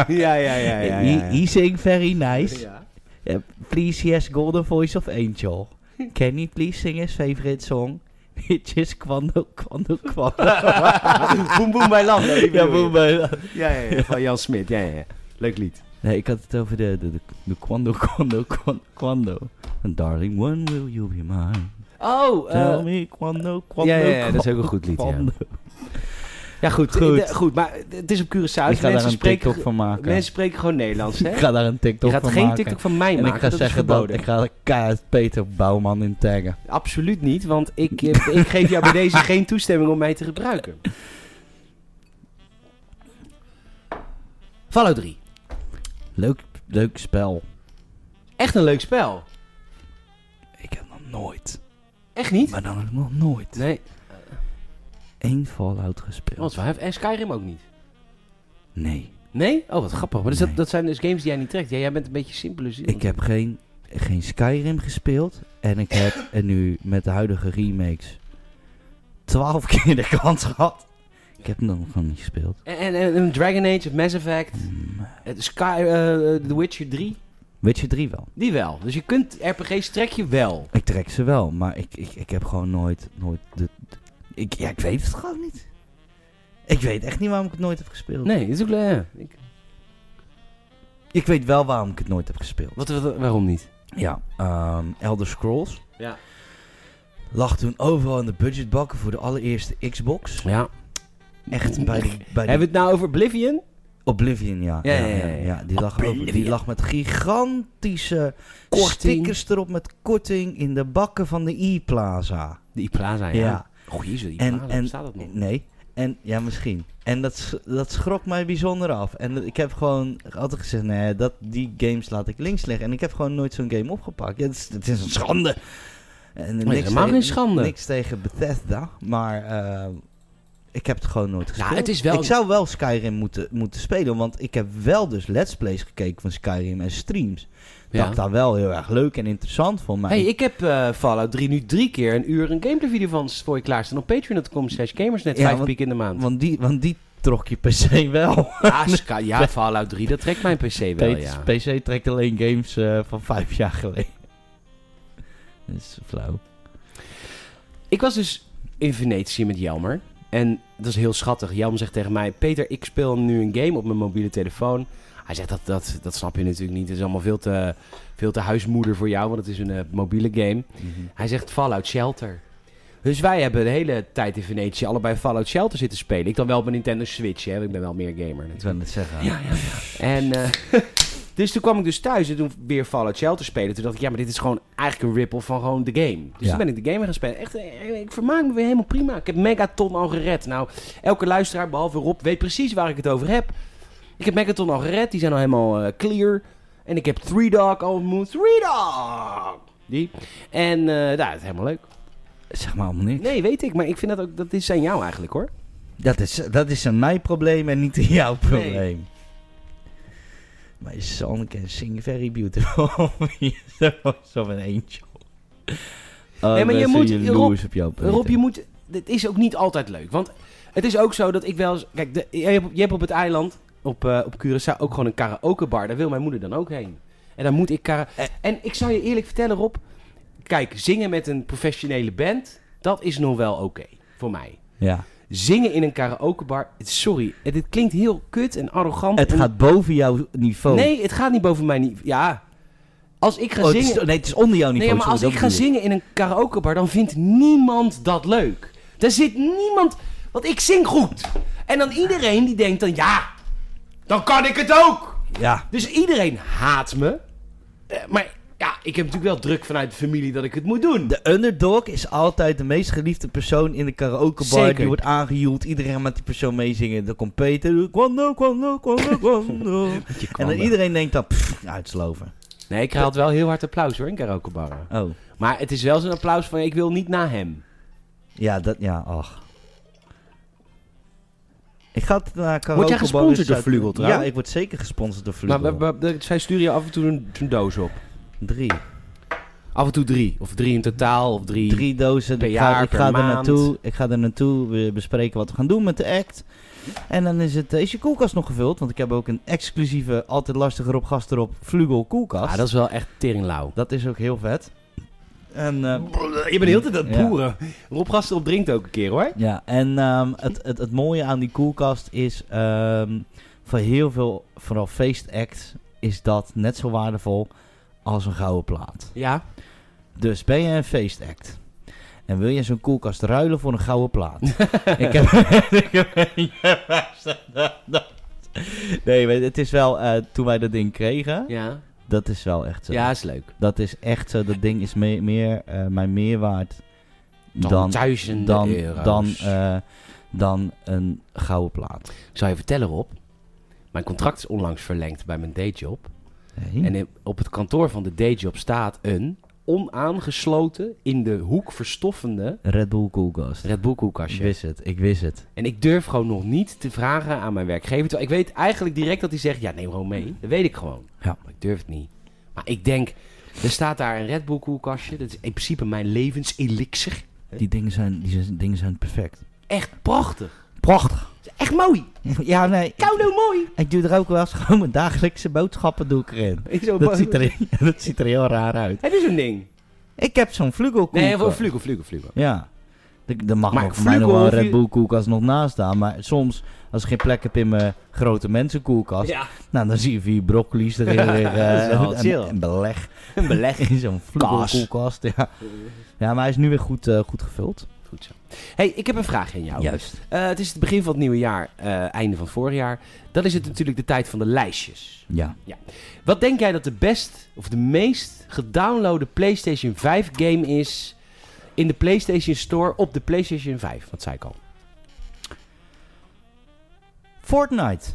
A: Ja, ja, ja. ja, ja,
B: He,
A: ja.
B: he sing very nice.
A: Ja.
B: Uh, please, he has golden voice of angel. Can you please sing his favorite song? Which is Kwando, Kwando, Kwando.
A: boem, boem bij land.
B: ja, boem, bij-
A: Ja, ja, ja, van Jan Smit. Ja, ja, ja. Leuk lied.
B: Nee, ik had het over de, de, de, de Kwando, Kwando, Kwando, Kwando. Darling, when will you be mine?
A: Oh,
B: Tell me, Kwando, Kwando,
A: ja, ja, ja, dat is
B: Kwando,
A: ook een goed lied, ja.
B: Kwando.
A: ja goed.
B: Goed.
A: Goed. goed, maar het is op Curaçao.
B: Ik
A: dus
B: ga daar
A: Mensen
B: een TikTok
A: spreken,
B: van maken.
A: mensen spreken gewoon Nederlands, hè?
B: ik ga daar een
A: Je
B: TikTok van
A: gaat
B: maken.
A: geen TikTok van mij
B: en
A: maken,
B: ik ga
A: dat is
B: zeggen dat
A: verboden.
B: ik ga keihard Peter Bouwman in taggen.
A: Absoluut niet, want ik, eh, ik geef jou bij deze geen toestemming om mij te gebruiken. Fallout 3.
B: Leuk, leuk spel.
A: Echt een leuk spel.
B: Ik heb nog nooit,
A: Echt niet?
B: maar dan ook nog nooit,
A: Nee,
B: één Fallout gespeeld.
A: want we hebben en Skyrim ook niet.
B: Nee,
A: Nee? Oh, wat grappig. Maar dus dat,
B: Nee.
A: dat zijn dus games die jij niet trekt. Ja, jij bent een beetje simpele ziel.
B: ik heb geen, geen Skyrim gespeeld. En ik heb en nu met de huidige remakes 12 keer de kans gehad. Ik heb hem dan nog niet gespeeld.
A: En, en, en Dragon Age, het Mass Effect, het Sky, eh, The Witcher 3.
B: Weet je, drie wel.
A: Die wel. Dus je kunt RPG's trek je wel.
B: Ik trek ze wel, maar ik, ik, ik heb gewoon nooit... nooit de, de- ik, ja, ik weet het gewoon niet. Ik weet echt niet waarom ik het nooit heb gespeeld.
A: Nee, is ook ik,
B: Ik weet wel waarom ik het nooit heb gespeeld.
A: wat, wat- waarom niet?
B: Ja, ehm, Elder Scrolls
A: Ja.
B: lag toen overal in de budgetbakken voor de allereerste Xbox.
A: ja.
B: Echt bij de, bij de
A: Hebben we het nou over Oblivion?
B: Oblivion, ja.
A: Ja, ja, ja, ja.
B: Die, lag
A: Oblivion.
B: over- die lag met gigantische
A: Korting.
B: stickers erop met korting in de bakken van de E-Plaza.
A: De Iplaza, ja.
B: Ja.
A: Oh jezus, die
B: En-
A: Iplaza,
B: en-
A: bestaat dat nog?
B: Nee. En ja, misschien. En dat, s- dat schrok mij bijzonder af. En dat- ik heb gewoon altijd gezegd, nee, dat, die games laat ik links liggen. En ik heb gewoon nooit zo'n game opgepakt. Ja, het, is, het is een schande. En
A: helemaal
B: tegen-
A: geen schande.
B: Niks tegen Bethesda, maar eh, ik heb het gewoon nooit gespeeld.
A: Nou, het is wel...
B: Ik zou wel Skyrim moeten, moeten spelen, want ik heb wel dus let's plays gekeken van Skyrim en streams.
A: ja.
B: Dat ik daar wel heel erg leuk en interessant vond. Maar
A: hey,
B: ik-
A: ik heb eh, Fallout 3 nu drie keer een uur een gameplay video van voor je klaarstaan op patreon.com slash gamersnet
B: Ja,
A: 5
B: want-
A: piek in de maand.
B: want, die, want die trok je per se wel.
A: Ja, Sky- ja, Fallout 3, dat trekt mijn PC wel,
B: Peters
A: ja.
B: PC trekt alleen games eh, van vijf jaar geleden. Dat is flauw.
A: Ik was dus in Venetië met Jelmer. En dat is heel schattig. Jelmer zegt tegen mij: Peter, ik speel nu een game op mijn mobiele telefoon. Hij zegt: Dat, dat, dat snap je natuurlijk niet. Het is allemaal veel te, veel te huismoeder voor jou, want het is een eh, mobiele game. Hij zegt Fallout Shelter. Dus wij hebben de hele tijd in Venetië allebei Fallout Shelter zitten spelen. Ik dan wel op mijn Nintendo Switch, hè? want ik ben wel meer gamer.
B: Ik wil net zeggen.
A: Ja, ja, ja. En, eh, dus toen kwam ik dus thuis en toen weer Fallout Shelter spelen. Toen dacht ik, ja, maar dit is gewoon eigenlijk een ripple van gewoon de game. Dus
B: Ja.
A: toen ben ik de game gaan spelen. Echt, eh, ik vermaak me weer helemaal prima. Ik heb Megaton al gered. Nou, elke luisteraar, behalve Rob, weet precies waar ik het over heb. Ik heb Megaton al gered. Die zijn al helemaal eh, clear. En ik heb Three Dog al ontmoet. Three Dog! Die. En, eh, nou, dat is helemaal leuk.
B: Zeg maar om niks.
A: Nee, weet ik. Maar ik vind dat ook, dat is zijn jou eigenlijk, hoor.
B: Dat is, dat is een mijn probleem en niet jouw probleem. Maar je song can sing very beautiful. Je was op een eentje. Oh,
A: Nee, maar je
B: mensen
A: moet-
B: jaloers op jou. Peter.
A: Rob, je moet. Dit is ook niet altijd leuk. Want het is ook zo dat ik wel eens. Kijk, de, je, hebt, je hebt op het eiland, op, eh, op Curaçao, ook gewoon een karaokebar. Daar wil mijn moeder dan ook heen. En dan moet ik kara.
B: Eh.
A: En ik zou je eerlijk vertellen, Rob. Kijk, zingen met een professionele band, dat is nog wel oké. voor mij.
B: Ja.
A: Zingen in een karaokebar, het- sorry, het, het klinkt heel kut en arrogant.
B: Het
A: en-
B: gaat boven jouw niveau.
A: Nee, het gaat niet boven mijn niveau. Ja, als ik ga
B: Oh, het
A: zingen...
B: is, nee, het is onder jouw niveau.
A: Nee, maar als
B: sorry,
A: ik
B: dat
A: ga
B: bedoel
A: zingen in een karaokebar, dan vindt niemand dat leuk. Daar zit niemand... Want ik zing goed. En dan iedereen die denkt dan, ja, dan kan ik het ook.
B: Ja.
A: Dus iedereen haat me. Eh, maar ja, ik heb natuurlijk wel druk vanuit de familie dat ik het moet doen.
B: De underdog is altijd de meest geliefde persoon in de karaokebar.
A: Zeker.
B: Die wordt aangejoeld. Iedereen gaat met die persoon meezingen. Dan komt Peter. Quando, quando, quando, quando. en dan iedereen denkt dan... Pff, nou, het is lover.
A: Nee, ik haal wel heel hard applaus hoor, in karaokebarren.
B: Oh.
A: Maar het is wel zo'n applaus van, ik wil niet na hem.
B: Ja, dat... Ja, ach. Ik ga het naar karaokebar...
A: Word jij gesponsord
B: eens
A: door
B: uit-
A: Vlugel trouwens?
B: Ja, ik word zeker gesponsord door Vlugel.
A: Maar we- we- we- zij sturen je af en toe een, een doos op.
B: Drie.
A: Af en toe drie. Of drie in totaal, of drie.
B: Drie dozen.
A: per
B: ik ga,
A: jaar,
B: ik
A: per
B: ga er
A: maand.
B: naartoe. Ik ga er naartoe. We bespreken wat we gaan doen met de act. En dan is, het, eh, is je koelkast nog gevuld. Want ik heb ook een exclusieve, altijd lastige Rob Gast erop, Vlugel koelkast.
A: Ah, dat
B: dat...
A: is wel echt teringlauw.
B: is ook heel vet. En, eh,
A: Je bent de hele tijd aan het
B: Ja.
A: boeren. Rob Gasterop drinkt ook een keer hoor.
B: ja, en ehm, het, het, het mooie aan die koelkast is... ehm voor heel veel, vooral feestact, is dat net zo waardevol als een gouden plaat.
A: Ja.
B: Dus ben je een feestact en wil je zo'n koelkast ruilen voor een gouden plaat? ik heb... ik heb- ja, waar staat dat dan? nee, maar het is wel... eh, toen wij dat ding kregen,
A: Ja.
B: dat is wel echt zo.
A: Ja, is leuk.
B: Dat is echt zo. Dat ding is me- meer eh, mijn meerwaard
A: Dan,
B: dan...
A: duizenden
B: Dan,
A: euro's.
B: dan, eh, dan een gouden plaat.
A: Ik zal je vertellen Rob. Mijn contract is onlangs verlengd bij mijn dayjob.
B: Nee.
A: En in- op het kantoor van de dayjob staat een onaangesloten, in de hoek verstoffende
B: Red Bull koelkast.
A: Red Bull
B: Ik
A: koelkastje.
B: wist het, ik wist het.
A: En ik durf gewoon nog niet te vragen aan mijn werkgever. Terwijl ik weet eigenlijk direct dat hij zegt, ja neem gewoon mee. Dat weet ik gewoon.
B: Ja.
A: Maar ik durf het niet. Maar ik denk, er staat daar een Red Bull koelkastje. Dat is in principe mijn levenselixer.
B: Die dingen zijn, die zijn- dingen zijn perfect.
A: Echt prachtig.
B: Prachtig.
A: Het is Echt mooi.
B: Ja, nee.
A: Koude mooi.
B: Ik doe er ook wel eens gewoon mijn dagelijkse boodschappen doe ik erin.
A: Is zo
B: Dat
A: mooi.
B: ziet, er, dat ziet er heel raar uit.
A: Heb je zo'n ding?
B: Ik heb zo'n vlugelkoek.
A: Nee, voor vlugel, vlugel, vlugel.
B: Ja. Er- Er mag
A: Maar
B: nog voor mij nog wel een
A: vlugel of
B: Red
A: je-
B: Bull koelkast nog naast staan. Maar soms, als ik geen plek heb in mijn grote mensenkoelkast...
A: Ja,
B: Nou, dan zie je vier broccoli's erin liggen. eh,
A: Dat is wel
B: en-
A: chill.
B: en, beleg.
A: een beleg.
B: In zo'n vlugelkoelkast. Ja. ja, maar hij is nu weer goed, eh, goed gevuld.
A: Goed zo. hey, ik heb een vraag aan jou.
B: Juist.
A: Eh, het is het begin van het nieuwe jaar, eh, einde van het vorig jaar. Dan is het natuurlijk de tijd van de lijstjes.
B: Ja.
A: Wat denk jij dat de best of de meest gedownloade PlayStation 5 game is in de PlayStation Store op de PlayStation 5? Wat zei ik al?
B: Fortnite.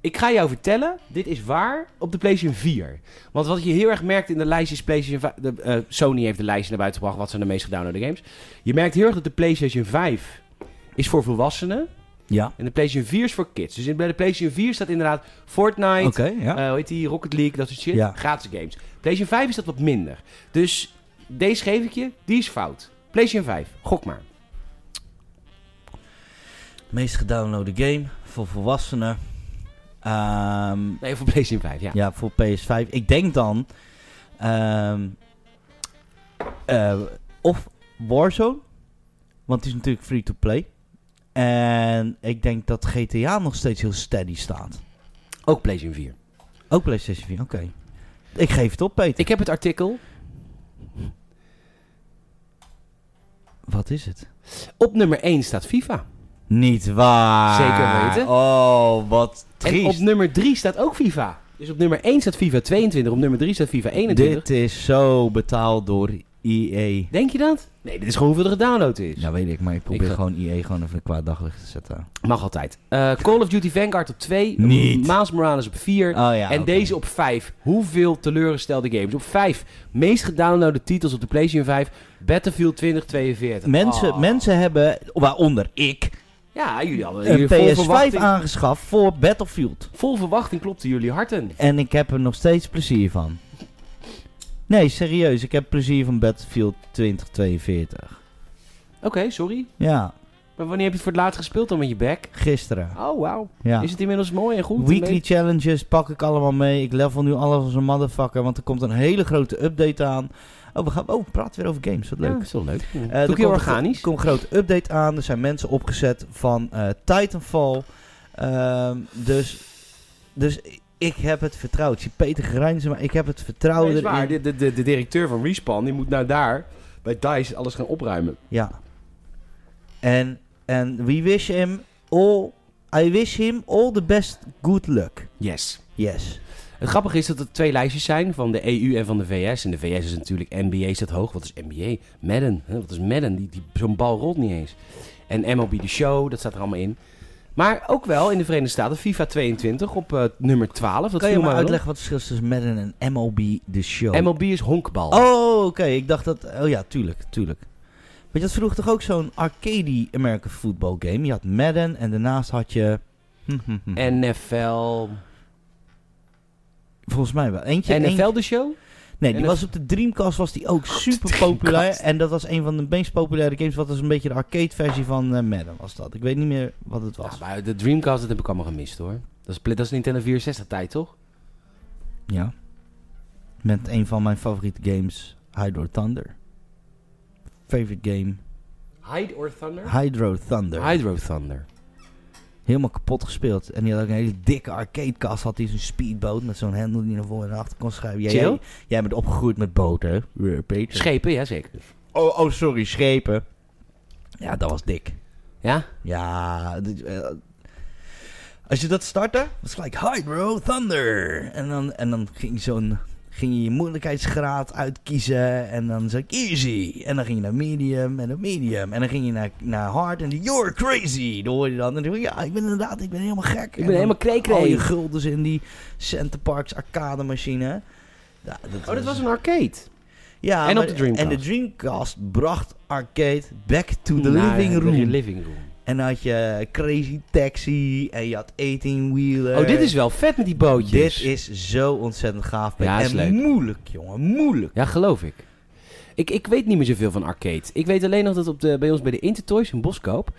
A: Ik ga jou vertellen, dit is waar op de PlayStation 4. Want wat je heel erg merkt in de lijst is PlayStation 5 de, eh, Sony heeft de lijst naar buiten gebracht. Wat zijn de meest gedownloade games? Je merkt heel erg dat de PlayStation 5 is voor volwassenen
B: Ja.
A: en de PlayStation 4 is voor kids. Dus in- bij de PlayStation 4 staat inderdaad Fortnite,
B: Oké, ja.
A: eh, hoe heet die, Rocket League, dat soort shit.
B: Ja.
A: Gratis games. PlayStation 5 is dat wat minder. Dus deze geef ik je, die is fout. PlayStation 5, gok maar.
B: Meest gedownloade game voor volwassenen. Ehm,
A: Nee, voor PlayStation 5, ja.
B: ja. voor PS5. Ik denk dan... ehm, eh, of Warzone. Want die is natuurlijk free-to-play. En ik denk dat GTA nog steeds heel steady staat.
A: Ook PlayStation 4.
B: Ook PlayStation 4, oké. Ik geef het op, Peter.
A: Ik heb het artikel.
B: Wat is het?
A: Op nummer 1 staat FIFA.
B: Niet waar.
A: Zeker weten.
B: Oh, wat
A: En op
B: triest.
A: nummer 3 staat ook FIFA. Dus op nummer 1 staat FIFA 22, op nummer 3 staat FIFA
B: E
A: 21.
B: Dit is zo betaald door E EA.
A: Denk je dat? Nee, dit is gewoon hoeveel er gedownload is.
B: Nou weet ik, maar ik probeer
A: ga-
B: gewoon EA gewoon even een kwaad daglicht te zetten.
A: Mag altijd. Eh, Call of Duty Vanguard op 2.
B: Niet.
A: Miles Morales op 4.
B: Oh ja.
A: en
B: oké.
A: deze op 5. Hoeveel teleurgestelde games? Op 5. Meest gedownloade titels op de PlayStation 5. Battlefield 2042.
B: Mensen,
A: Oh.
B: mensen hebben, waaronder ik,
A: Ja, jullie hadden
B: een
A: jullie vol
B: PS5
A: verwachting-
B: aangeschaft voor Battlefield.
A: Vol verwachting klopten jullie harten.
B: En ik heb er nog steeds plezier van. Nee, serieus. Ik heb plezier van Battlefield 2042.
A: Oké, sorry.
B: Ja,
A: Maar wanneer heb je het voor het laatst gespeeld dan met je back?
B: gisteren.
A: Oh, wauw.
B: Ja.
A: Is het inmiddels mooi en goed? en
B: Weekly
A: leuk?
B: challenges pak ik allemaal mee. Ik level nu alles als een motherfucker, want er komt een hele grote update aan. Oh, we gaan oh, we praten weer over games. Wat leuk.
A: Ja, is wel leuk.
B: Eh,
A: Doe
B: er
A: ik heel
B: komt-
A: organisch.
B: Er komt een grote update aan. Er zijn mensen opgezet van eh, Titanfall. Ehm, dus, dus ik heb het vertrouwen. Ik zie Peter Grijnzen, maar ik heb het vertrouwen
A: Nee, is waar.
B: erin.
A: De, de, de, de directeur van Respawn die moet naar daar bij DICE alles gaan opruimen.
B: Ja. En, en we wish him all... I wish him all the best good luck.
A: Yes.
B: Yes.
A: Het grappige is dat er twee lijstjes zijn van de EU en van de VS. En de VS is natuurlijk NBA staat hoog. Wat is NBA? Madden. Hè? Wat is Madden? Die, die, Zo'n bal rolt niet eens. En MLB The Show, dat staat er allemaal in. Maar ook wel in de Verenigde Staten FIFA 22 op eh, nummer 12. Dat
B: kan
A: viel
B: je maar
A: mij wel op.
B: uitleggen wat het verschil is tussen Madden en MLB The Show?
A: MLB is honkbal.
B: Oh, oké. Ik dacht dat... Oh ja, tuurlijk, tuurlijk. Weet je, dat vroeg toch ook zo'n arcade American football game? Je had Madden en daarnaast had je... Hm,
A: NFL.
B: Volgens mij wel. Eentje, eentje-
A: NFL The Show?
B: nee, die
A: NF
B: was op de Dreamcast was die ook super populair.
A: Dreamcast.
B: En dat was een van de meest populaire games. Wat was een beetje de arcade versie van eh, Madden was dat. Ik weet niet meer wat het was.
A: Ja, maar de Dreamcast, dat heb ik allemaal gemist hoor. Dat is, dat is Nintendo 64 tijd toch?
B: Ja. Met een van mijn favoriete games, Hydro Thunder. Favorite game,
A: Hide or Thunder?
B: Hydro Thunder.
A: Hydro Thunder.
B: Helemaal kapot gespeeld. En die had ook een hele dikke arcadekast. Had hij zo'n speedboot met zo'n hendel die naar voren en naar achter kon schuiven. Jij,
A: Chill.
B: jij, jij bent opgegroeid met boten. hè? Eh, Peter.
A: Schepen, ja zeker.
B: oh, oh, sorry, schepen. Ja, dat was dik.
A: Ja?
B: Ja, dit- eh, als je dat startte, was het gelijk Hydro Thunder. En dan, en dan ging, zo'n, ging je je moeilijkheidsgraad uitkiezen. En dan zei ik easy. En dan ging je naar medium en dan medium. En dan ging je naar, naar hard en dan you're crazy. Dan hoor je dan. En dan denk je, ja, ik ben inderdaad, ik ben helemaal gek.
A: Ik ben helemaal kreekree.
B: Al je guldens in die Center Parks arcade machine. Ja,
A: Oh, dat was een arcade.
B: ja,
A: en
B: maar-
A: op de Dreamcast.
B: En de Dreamcast bracht arcade back to the
A: Naar
B: living
A: de
B: room.
A: living room.
B: En dan had je Crazy Taxi en je had 18 Wheeler.
A: Oh, dit is wel vet met die bootjes.
B: Dit is zo ontzettend gaaf.
A: Ja,
B: en
A: is leuk.
B: moeilijk, jongen. Moeilijk.
A: Ja, geloof ik. ik. Ik weet niet meer zoveel van arcade. Ik weet alleen nog dat op de, bij ons bij de Intertoys in Boskoop...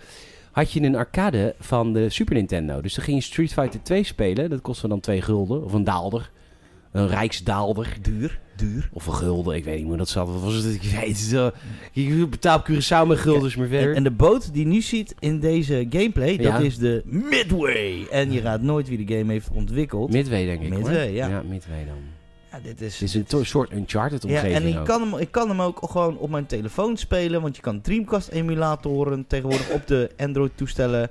A: had je een arcade van de Super Nintendo. Dus dan ging je Street Fighter 2 spelen. Dat kostte dan 2 gulden. Of een daalder. Een rijksdaalder.
B: Duur, duur.
A: Of een gulden. Ik weet niet hoe dat zat. Wat was het? Ik weet het. eh, Je betaalt op Curaçao met guldens maar
B: En,
A: verder.
B: en de boot die je nu ziet in deze gameplay,
A: Ja.
B: dat is de Midway. En je raadt nooit wie de game heeft ontwikkeld.
A: Midway, denk ik. hoor.
B: Midway, ja.
A: Ja, Midway dan.
B: ja, dit is...
A: Het is een to- soort Uncharted
B: ja,
A: omgeving
B: en ik
A: ook. Oh,
B: kan, hem, ik kan hem ook gewoon op mijn telefoon spelen, want je kan Dreamcast-emulatoren tegenwoordig op de Android-toestellen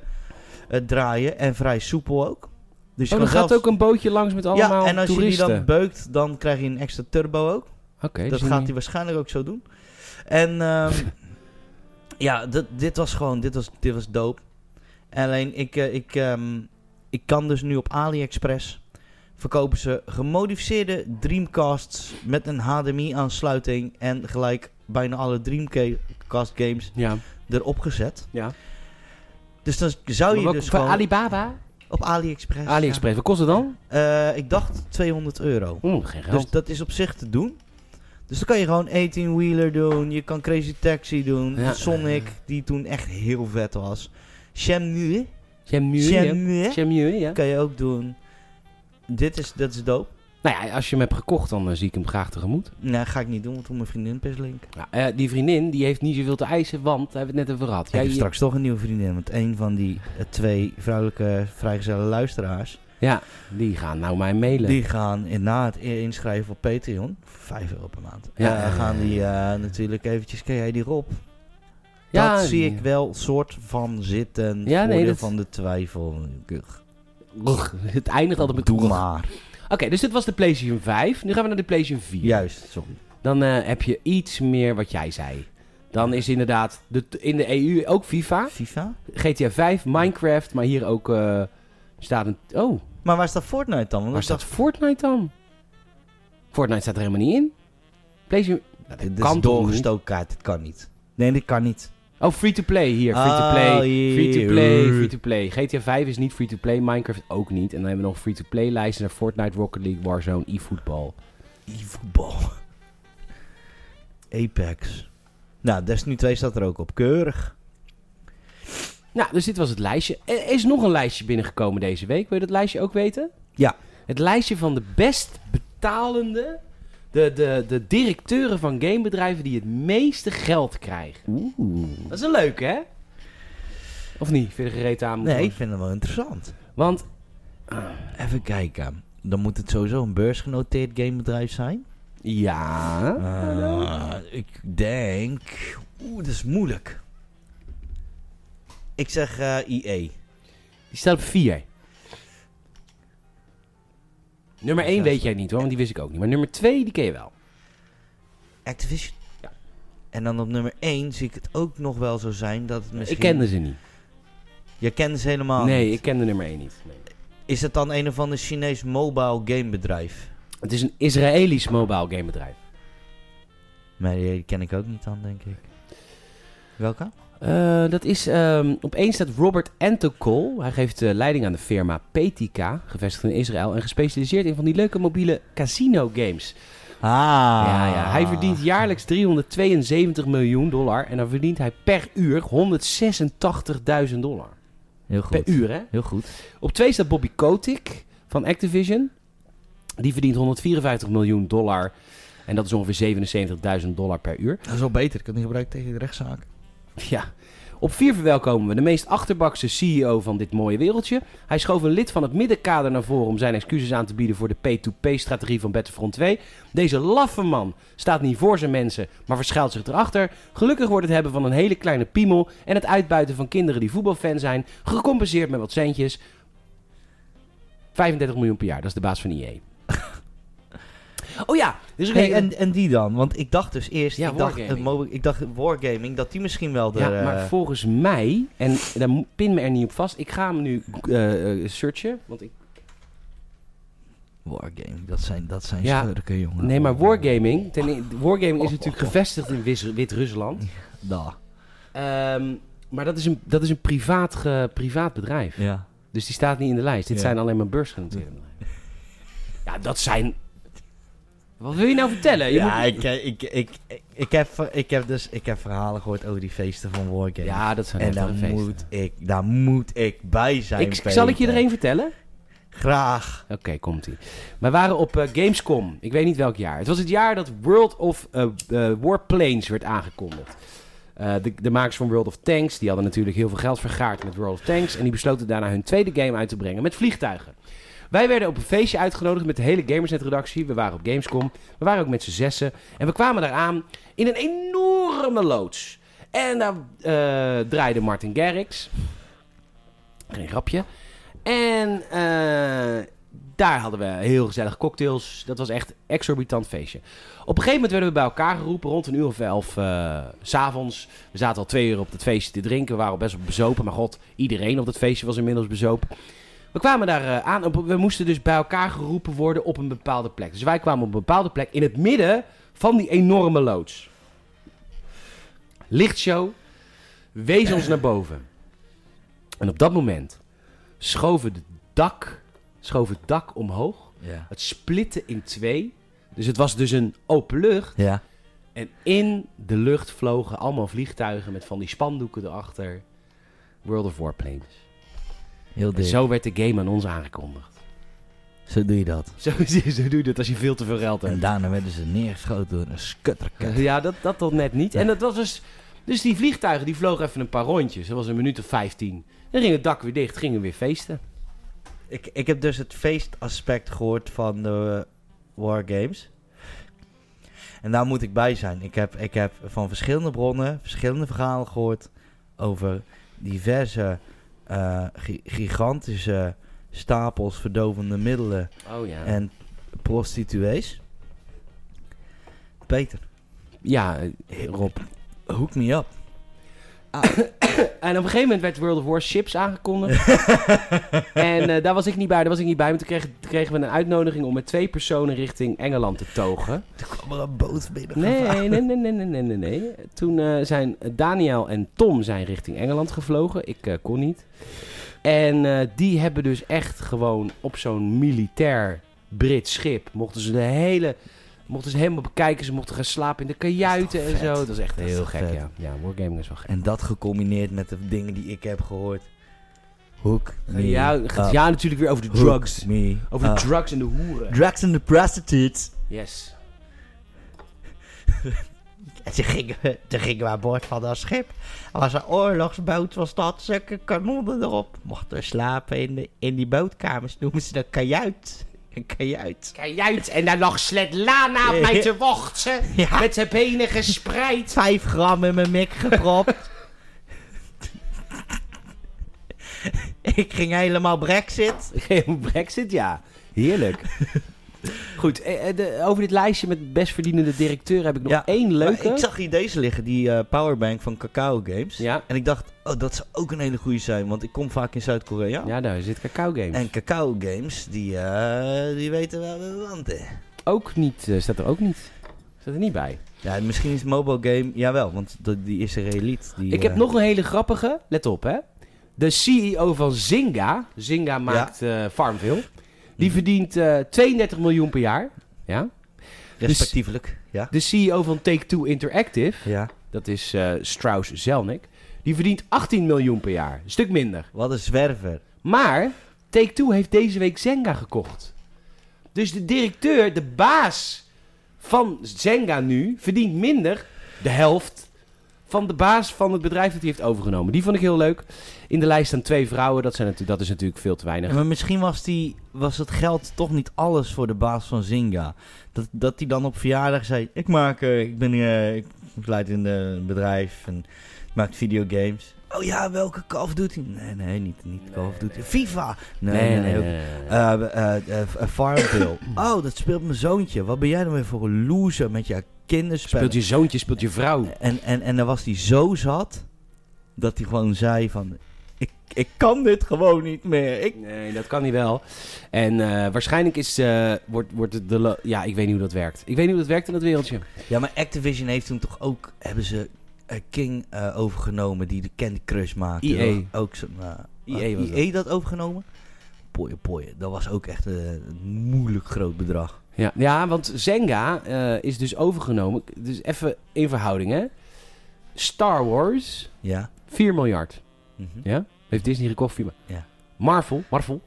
B: eh, draaien. En vrij soepel ook. Dus je
A: Oh,
B: kan
A: er gaat
B: zelfs-
A: ook een bootje langs met allemaal
B: ja, en als
A: toeristen.
B: je die dan beukt, dan krijg je een extra turbo ook.
A: Oké,
B: dat
A: dus
B: gaat
A: die-
B: hij waarschijnlijk ook zo doen. En ehm, ja, dit, dit was gewoon, dit was, dit was dope. En Alleen, ik, eh, ik, ehm, ik kan dus nu op AliExpress verkopen ze gemodificeerde Dreamcasts met een HDMI-aansluiting en gelijk bijna alle Dreamcast games
A: Ja.
B: erop gezet.
A: ja.
B: Dus dan zou Oh, je
A: Maar
B: dus
A: voor
B: gewoon dus
A: Alibaba?
B: op AliExpress. ja.
A: AliExpress, wat kost het dan?
B: Eh, ik dacht 200 euro.
A: Oeh, geen geld.
B: Dus dat is op zich te doen. Dus dan kan je gewoon 18 Wheeler doen. Je kan Crazy Taxi doen.
A: Ja.
B: Sonic, die toen echt heel vet was. Shenmue.
A: Jamie,
B: Shenmue.
A: Jamie, ja.
B: Kan je ook doen. Dit is, dat is dope.
A: Nou ja, als je hem hebt gekocht, dan eh, zie ik hem graag tegemoet.
B: Nee, ga ik niet doen, want toen mijn vriendin pislink.
A: Ja, eh, die vriendin, die heeft niet zoveel te eisen, want, daar hebben we het net over gehad.
B: Ik heb
A: je-
B: straks toch een nieuwe vriendin. Want een van die eh, twee vrouwelijke vrijgezelle luisteraars...
A: Ja, die gaan nou mij mailen.
B: Die gaan in, na het i- inschrijven op Patreon, 5 euro per maand,
A: Ja.
B: ja. gaan die eh, natuurlijk eventjes, ken jij die Rob?
A: ja,
B: dat zie
A: die-
B: ik wel soort van zitten,
A: Ja,
B: ja,
A: nee, dat-
B: van de twijfel. Gugh.
A: Brr, het eindigt altijd met
B: Doe
A: brr.
B: maar.
A: Oké, dus dit was de PlayStation 5. Nu gaan we naar de PlayStation 4.
B: Juist, sorry.
A: Dan eh, heb je iets meer wat jij zei. Dan is inderdaad de, in de EU ook FIFA,
B: FIFA?
A: GTA 5, Minecraft, maar hier ook eh, staat een... Oh,
B: Maar waar staat Fortnite dan? Want
A: waar
B: ik dacht,
A: staat Fortnite dan? Fortnite staat er helemaal niet in. PlayStation... Nou, dat kan
B: dit is
A: toch niet?
B: doorgestoken kaart, dit kan niet. Nee, dit kan niet.
A: Oh, free-to-play hier.
B: Oh,
A: Free-to-play,
B: jee.
A: free-to-play, free-to-play. GTA 5 is niet free-to-play, Minecraft ook niet. En dan hebben we nog free-to-play lijsten naar Fortnite, Rocket League, Warzone, eFootball.
B: E-voetbal. Apex. Nou, Destiny 2 staat er ook op. Keurig.
A: Nou, dus dit was het lijstje. Er is nog een lijstje binnengekomen deze week. Wil je dat lijstje ook weten?
B: Ja.
A: Het lijstje van de best betalende... De, de, de directeuren van gamebedrijven die het meeste geld krijgen.
B: Oeh.
A: Dat is een leuk, hè? Of niet? Vind je er gereed aan? moeten
B: Nee, ik
A: worden?
B: vind het wel interessant.
A: Want,
B: Even kijken. Dan moet het sowieso een beursgenoteerd gamebedrijf zijn.
A: ja...
B: Eh, ik denk... Oeh, dat is moeilijk. Ik zeg eh IE.
A: Die staat op 4. Nummer 1 weet jij niet hoor, want die wist ik ook niet. Maar nummer 2, die ken je wel.
B: Activision.
A: Ja.
B: En dan op nummer 1 zie ik het ook nog wel zo zijn dat het misschien... Ah.
A: Ik kende ze niet.
B: Je kende ze helemaal
A: nee,
B: niet.
A: ik kende nummer 1 niet. Nee.
B: Is het dan een of ander Chinees mobile gamebedrijf?
A: Het is een Israëlisch mobile gamebedrijf.
B: Maar die ken ik ook niet dan, denk ik. Welke?
A: Eh, dat is, ehm, op één staat Robert Entocol. Hij geeft eh, leiding aan de firma Petika, gevestigd in Israël. En gespecialiseerd in van die leuke mobiele casino games.
B: Ah.
A: Ja, ja. Hij verdient jaarlijks 372 miljoen dollar. En dan verdient hij per uur 186.000 dollar.
B: Heel
A: Per
B: goed.
A: uur, Dus hè?
B: Heel goed.
A: Op twee staat Bobby Kotick van Activision. Die verdient 154 miljoen dollar. En dat is ongeveer 77.000 dollar per uur.
B: Dat is wel beter. Ik kan die gebruiken tegen de rechtszaak.
A: Ja. Op vier verwelkomen we de meest achterbakse CEO van dit mooie wereldje. Hij schoof een lid van het middenkader naar voren om zijn excuses aan te bieden voor de P2P-strategie van Battlefront 2. Deze laffe man staat niet voor zijn mensen, maar verschuilt zich erachter. Gelukkig wordt het hebben van een hele kleine piemel en het uitbuiten van kinderen die voetbalfan zijn, gecompenseerd met wat centjes. 35 miljoen per jaar, dat is de baas van IE. oh ja, dus ook
B: Hey,
A: een-
B: en, en die dan? Want ik dacht dus eerst,
A: Ja,
B: ik, dacht, het
A: wargaming.
B: mobi- ik dacht Wargaming, dat die misschien wel de...
A: Ja, maar
B: eh,
A: volgens mij, en daar mo- pin me er niet op vast, ik ga hem nu eh, eh, searchen. Want ik,
B: Wargaming, dat zijn, dat zijn
A: Ja.
B: schurken, jongen.
A: nee, maar Wargaming, ten, i- wargaming is natuurlijk gevestigd in Wis- Wit-Rusland.
B: Da.
A: Ehm, maar dat is een, dat is een privaat, ge- privaat bedrijf.
B: Ja.
A: Dus die staat niet in de lijst. Dit
B: Ja.
A: zijn alleen maar beursgenoteerde bedrijven. Ja, dat zijn... Wat wil je nou vertellen? Je
B: ja,
A: moet-
B: ik, eh, ik, ik, ik, ik heb, ver- ik, heb dus, ik heb verhalen gehoord over die feesten van Wargaming.
A: ja dat zijn
B: en
A: heftige
B: daar
A: feesten.
B: moet, ik, daar moet ik bij zijn.
A: Ik, zal ik je er
B: Peter.
A: een vertellen?
B: Graag.
A: Oké, komt ie. We waren op eh, Gamescom. Ik weet niet welk jaar. Het was het jaar dat World of eh, eh, Warplanes werd aangekondigd. Eh, de, de makers van World of Tanks, die hadden natuurlijk heel veel geld vergaard met World of Tanks. En die besloten daarna hun tweede game uit te brengen met vliegtuigen. Wij werden op een feestje uitgenodigd met de hele Gamersnet-redactie. We waren op Gamescom. We waren ook met z'n zessen. En we kwamen daar aan in een enorme loods. En daar eh, draaide Martin Garrix. Geen grapje. En eh, daar hadden we heel gezellig cocktails. Dat was echt een exorbitant feestje. Op een gegeven moment werden we bij elkaar geroepen rond een uur of elf eh, s s'avonds. We zaten al twee uur op dat feestje te drinken. We waren al best wel bezopen. Maar god, iedereen op dat feestje was inmiddels bezopen. We kwamen daar eh, aan. Op- We moesten dus bij elkaar geroepen worden op een bepaalde plek. Dus wij kwamen op een bepaalde plek in het midden van die enorme loods. Lichtshow. Wees ons naar boven. En op dat moment schoven, de dak, schoven het dak omhoog.
B: Ja.
A: Het splitte in twee. Dus het was dus een open lucht.
B: Ja.
A: En in de lucht vlogen allemaal vliegtuigen met van die spandoeken erachter. World of Warplanes.
B: Heel
A: En
B: dik. Zo...
A: zo werd de game aan ons aangekondigd.
B: doe je dat.
A: Zo, zo doe je dat als je veel te veel geld
B: En
A: hebt.
B: daarna werden ze neergeschoten door een skutterket.
A: Ja, dat, dat tot net niet.
B: Ja.
A: En dat was dus... Dus die vliegtuigen die vlogen even een paar rondjes. Dat was een minuut of 15. Dan ging het dak weer dicht, gingen we weer feesten.
B: Ik, ik heb dus het feestaspect gehoord van de eh, Wargames. En daar moet ik bij zijn. Ik heb, ik heb van verschillende bronnen, verschillende verhalen gehoord over diverse eh, gi- gigantische stapels verdovende middelen
A: Oh ja.
B: en prostituees. Peter,
A: Ja, eh, Rob.
B: hoek me up.
A: En op een gegeven moment werd World of Warships aangekondigd. en eh, daar was ik niet bij, daar was ik niet bij. Maar toen kreeg- toen kregen we een uitnodiging om met twee personen richting Engeland te togen.
B: Toen kwam er een boot binnen.
A: Nee, nee, nee, nee, nee, nee, nee. nee. Toen eh, zijn Daniel en Tom zijn richting Engeland gevlogen. Ik eh, kon niet. En eh, die hebben dus echt gewoon op zo'n militair Brits schip... mochten ze de hele... mochten ze helemaal bekijken. Ze mochten gaan slapen in de kajuiten
B: Dat
A: en
B: is toch
A: zo.
B: vet?
A: Dat is echt
B: Dat is
A: heel
B: toch
A: gek,
B: vet?
A: ja. Ja, Wargaming is wel gek.
B: En dat gecombineerd met de dingen die ik heb gehoord. Hoek me
A: Ja,
B: up.
A: gaat- ja, natuurlijk weer over de
B: Hook
A: drugs.
B: me
A: Over de
B: up.
A: drugs en de hoeren.
B: drugs en de prostitutes.
A: Yes.
B: En toen gingen, we, toen gingen we aan boord van dat schip. Er was een oorlogsboot, was dat, zulke kanonnen erop. Mochten we slapen in, de, in die bootkamers, noemen ze dat kajuit. Een kajuit.
A: Kijk uit, en daar lag Sletlana op mij te wachten.
B: Ja.
A: Met haar benen gespreid.
B: Vijf gram in mijn mik gepropt. ik ging helemaal brexit.
A: Brexit, ja. Heerlijk. Goed, eh, eh, de- over dit lijstje met best verdienende directeur heb ik nog
B: Ja,
A: één leuke.
B: Maar Ik zag hier deze liggen, die eh, powerbank van Kakao Games.
A: Ja.
B: En ik dacht, oh, dat zou ook een hele goede zijn, want ik kom vaak in Zuid-Korea.
A: ja, daar zit Cacao Games.
B: En Kakao Games, die, eh, die weten wel we wanten.
A: Ook niet, eh, staat er ook niet. Staat er niet bij.
B: Ja, misschien is mobile game, jawel, want dat- die Israëliet. Die,
A: Ik heb
B: eh,
A: nog een hele grappige. Let op, hè. De CEO van Zynga. Zynga maakt eh, Farmville. Die verdient eh, 32 miljoen per jaar. Ja.
B: dus- Respectievelijk, ja.
A: De CEO van Take-Two Interactive,
B: Ja.
A: dat is eh, Strauss Zelnick, die verdient 18 miljoen per jaar. Een stuk minder.
B: Wat een zwerver.
A: Maar Take-Two heeft deze week Zenga gekocht. Dus de directeur, de baas van Zenga nu, verdient minder de helft van de baas van het bedrijf dat hij heeft overgenomen. Die vond ik heel leuk. In de lijst staan twee vrouwen, dat, zijn natu- dat is natuurlijk veel te weinig.
B: Maar misschien was, die, was het geld toch niet alles voor de baas van Zynga. Dat, dat die dan op verjaardag zei, ik maak, eh, ik ben, eh, ik ik leid in een eh, bedrijf en ik maak videogames. Oh ja, welke Call of Duty? Nee, nee, niet, niet Call of Duty. FIFA! Nee, nee, ook- Eh, eh, eh, eh, Farmville. oh, dat speelt mijn zoontje. Wat ben jij dan weer voor een loser met je kinderspel?
A: Speelt je zoontje, speelt je vrouw.
B: En, en, en dan was hij zo zat dat hij gewoon zei van... Ik, ik kan dit gewoon niet meer. Ik...
A: Nee, dat kan niet wel. En eh, waarschijnlijk is, eh, wordt, wordt het de... lo- Ja, ik weet niet hoe dat werkt. Ik weet niet hoe dat werkt in dat wereldje.
B: Ja, maar Activision heeft toen toch ook... Hebben ze eh, King eh, overgenomen die de Candy Crush maakte.
A: EA.
B: Dat was Ook zo'n, eh,
A: EA was
B: had EA dat overgenomen? Poeie, poeie. Dat was ook echt eh, een moeilijk groot bedrag.
A: Ja, ja want Zenga eh, is dus overgenomen. Dus even in verhouding, hè. Star Wars,
B: Ja.
A: 4 miljard.
B: Mhm.
A: Ja? Heeft Disney gekocht, 4 miljard.
B: Ja.
A: Marvel, Marvel.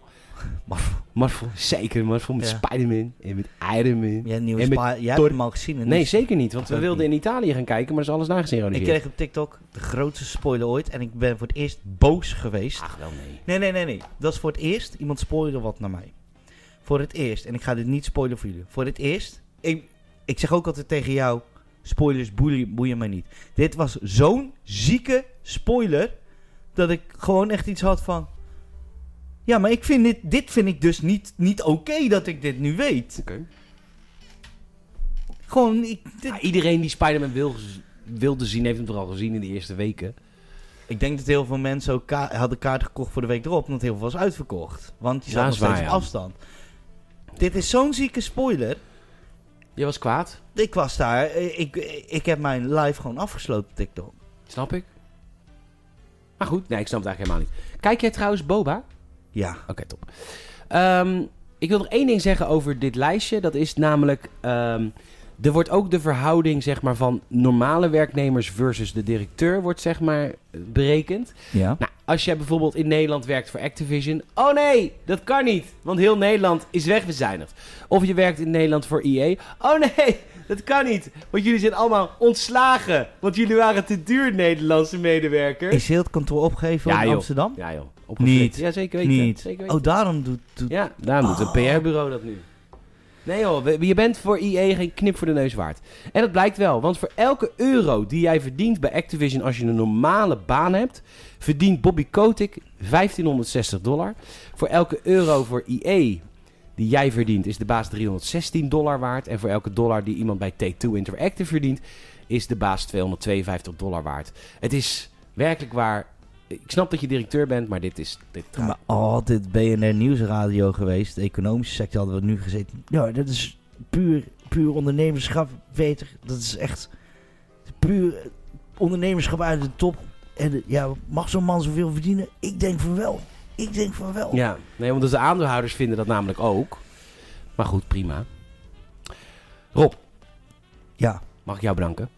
B: Maar
A: Marvel, zeker Marvel. Met
B: Ja.
A: Spider-Man en met Iron Man.
B: ja, nieuwe
A: En met
B: Spa- jij
A: Tor-
B: hebt hem al gezien. hè?
A: Nee, zeker niet. Want
B: Ook
A: we wilden in Italië gaan kijken, maar dat is alles
B: Ik
A: nagesynchroniseerd.
B: kreeg op TikTok de grootste spoiler ooit en ik ben voor het eerst boos geweest.
A: Ach, wel nee.
B: Nee, nee, nee, nee. Dat is voor het eerst. Iemand spoilde wat naar mij. Voor het eerst. En ik ga dit niet spoilen voor jullie. Voor het eerst. Ik, ik zeg ook altijd tegen jou. Spoilers boeien, boeien mij niet. Dit was zo'n zieke spoiler. Dat ik gewoon echt iets had van. Ja, maar ik vind dit, dit vind ik dus niet, niet oké dat ik dit nu weet. Gewoon, ik, dit-
A: Ja, iedereen die Spider-Man wil, wilde zien, heeft hem vooral gezien in de eerste weken.
B: Ik denk dat heel veel mensen ook ka- hadden kaarten gekocht voor de week erop, omdat heel veel was uitverkocht. Want je
A: Ja,
B: zat
A: is
B: nog steeds
A: waar,
B: op
A: ja.
B: afstand. Dit is zo'n zieke spoiler.
A: Je was kwaad,
B: Ik was daar, eh, ik, ik heb mijn live gewoon afgesloten op TikTok.
A: snap ik. Maar goed, nee, ik snap het eigenlijk helemaal niet. Kijk jij trouwens Boba?
B: Ja,
A: Oké, top. Ehm, ik wil nog één ding zeggen over dit lijstje. Dat is namelijk. ehm, er wordt ook de verhouding zeg maar, van normale werknemers versus de directeur wordt, zeg maar, berekend.
B: ja.
A: Nou, als jij bijvoorbeeld in Nederland werkt voor Activision. Oh nee, dat kan niet, want heel Nederland is wegbezuinigd. Of je werkt in Nederland voor EA. Oh nee, dat kan niet, want jullie zijn allemaal ontslagen. Want jullie waren te duur, Nederlandse medewerkers.
B: Is heel het kantoor opgegeven
A: Ja,
B: in
A: joh.
B: Amsterdam?
A: Ja joh, opgeflikt.
B: Niet.
A: Ja, zeker weten.
B: Niet.
A: Zeker weten.
B: Oh, daarom doet... doet...
A: Ja, daar moet een PR-bureau dat nu. Nee joh, we- je bent voor IE geen knip voor de neus waard. En dat blijkt wel, want voor elke euro die jij verdient bij Activision als je een normale baan hebt, verdient Bobby Kotick 1560 dollar. Voor elke euro voor IE die jij verdient is de baas 316 dollar waard. En voor elke dollar die iemand bij Take-Two Interactive verdient, is de baas 252 dollar waard. Het is werkelijk waar. Ik snap dat je directeur bent, maar dit is... Dit gaat-
B: Maar oh, altijd BNR Nieuwsradio geweest. De economische sector hadden we nu gezeten. Ja, dat is puur, puur ondernemerschap, beter. Dat is echt puur ondernemerschap uit de top. En eh, ja, mag zo'n man zoveel verdienen? Ik denk van wel. Ik denk van wel.
A: Ja, nee, want dus de aandeelhouders vinden dat namelijk ook. Maar goed, prima. Rob,
B: Ja,
A: mag ik jou bedanken?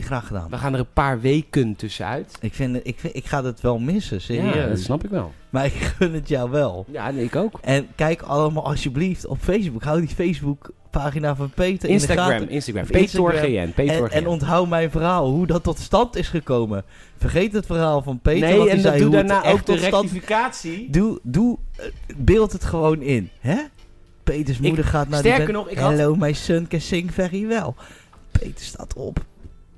B: graag gedaan.
A: We gaan er een paar weken tussenuit.
B: Ik, vind, ik, vind, ik ga dat wel missen,
A: Ja, dat
B: serieus.
A: snap ik wel.
B: maar ik gun het jou wel.
A: Ja, nee, ik ook.
B: En kijk allemaal alsjeblieft op Facebook. Hou die Facebook pagina van Peter in de
A: Instagram,
B: gaten.
A: Instagram.
B: Of Instagram.
A: PetorGN,
B: En, en
A: PetorGN.
B: onthoud mijn verhaal, hoe dat tot stand is gekomen. Vergeet het verhaal van Peter. wat
A: Nee,
B: hij
A: en
B: zei,
A: dat doe
B: hoe het
A: daarna
B: echt
A: ook de
B: tot stand...
A: rectificatie.
B: Doe, doe, eh, beeld het gewoon in. Hè? Peters moeder gaat naar
A: sterker
B: de band.
A: nog, ik had-
B: Hello, my son can sing very well. Peter staat op.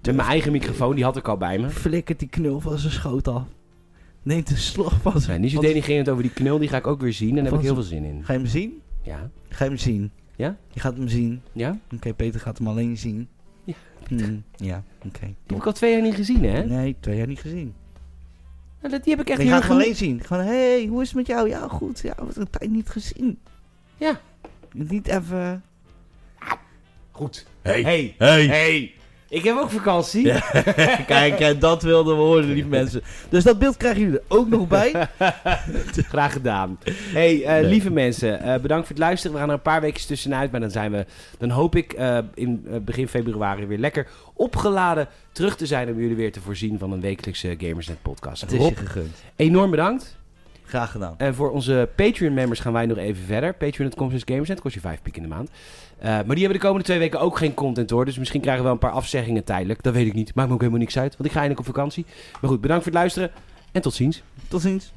A: Met mijn eigen microfoon, die had ik al bij me.
B: Flikkert die knul van zijn schoot af. Neemt een slag van
A: Nee,
B: zijn...
A: nu is het
B: van-
A: denigrerend over die knul, die ga ik ook weer zien. En daar heb ik heel veel zin in.
B: Ga je hem zien?
A: Ja?
B: Ga je hem zien?
A: Ja?
B: Je gaat hem zien.
A: Ja?
B: Oké, Peter gaat hem alleen zien.
A: Ja.
B: Hmm, ja, oké.
A: Die heb ik al twee jaar niet gezien, hè?
B: Nee, twee jaar niet gezien.
A: Nou, dat- Die heb ik echt
B: Ik
A: heel
B: ga het
A: erg
B: alleen zien. Gewoon, hé, hey, hoe is het met jou? Ja, goed. Ja, wat een tijd niet gezien.
A: Ja.
B: Niet even...
A: Goed. Hey. Hey.
B: Hey.
A: Hey. Ik heb ook vakantie.
B: Kijk, hè, dat wilden we horen, lieve mensen. Dus dat beeld krijgen jullie er ook nog bij.
A: Graag gedaan. Hey, eh,
B: Nee.
A: lieve mensen, eh, bedankt voor het luisteren. We gaan er een paar weken tussenuit, maar dan zijn we, dan hoop ik eh, in eh, begin februari weer lekker opgeladen terug te zijn om jullie weer te voorzien van een wekelijkse Gamersnet podcast.
B: Het is je
A: Rob,
B: gegund.
A: enorm bedankt.
B: Graag gedaan.
A: En voor onze Patreon-members gaan wij nog even verder. Patreon.com slash Gamersnet kost je 5 piek in de maand. Eh, maar die hebben de komende twee weken ook geen content hoor. Dus misschien krijgen we wel een paar afzeggingen tijdelijk. Dat weet ik niet. Maakt me ook helemaal niks uit, want ik ga eindelijk op vakantie. Maar goed, bedankt voor het luisteren en tot ziens.
B: Tot ziens.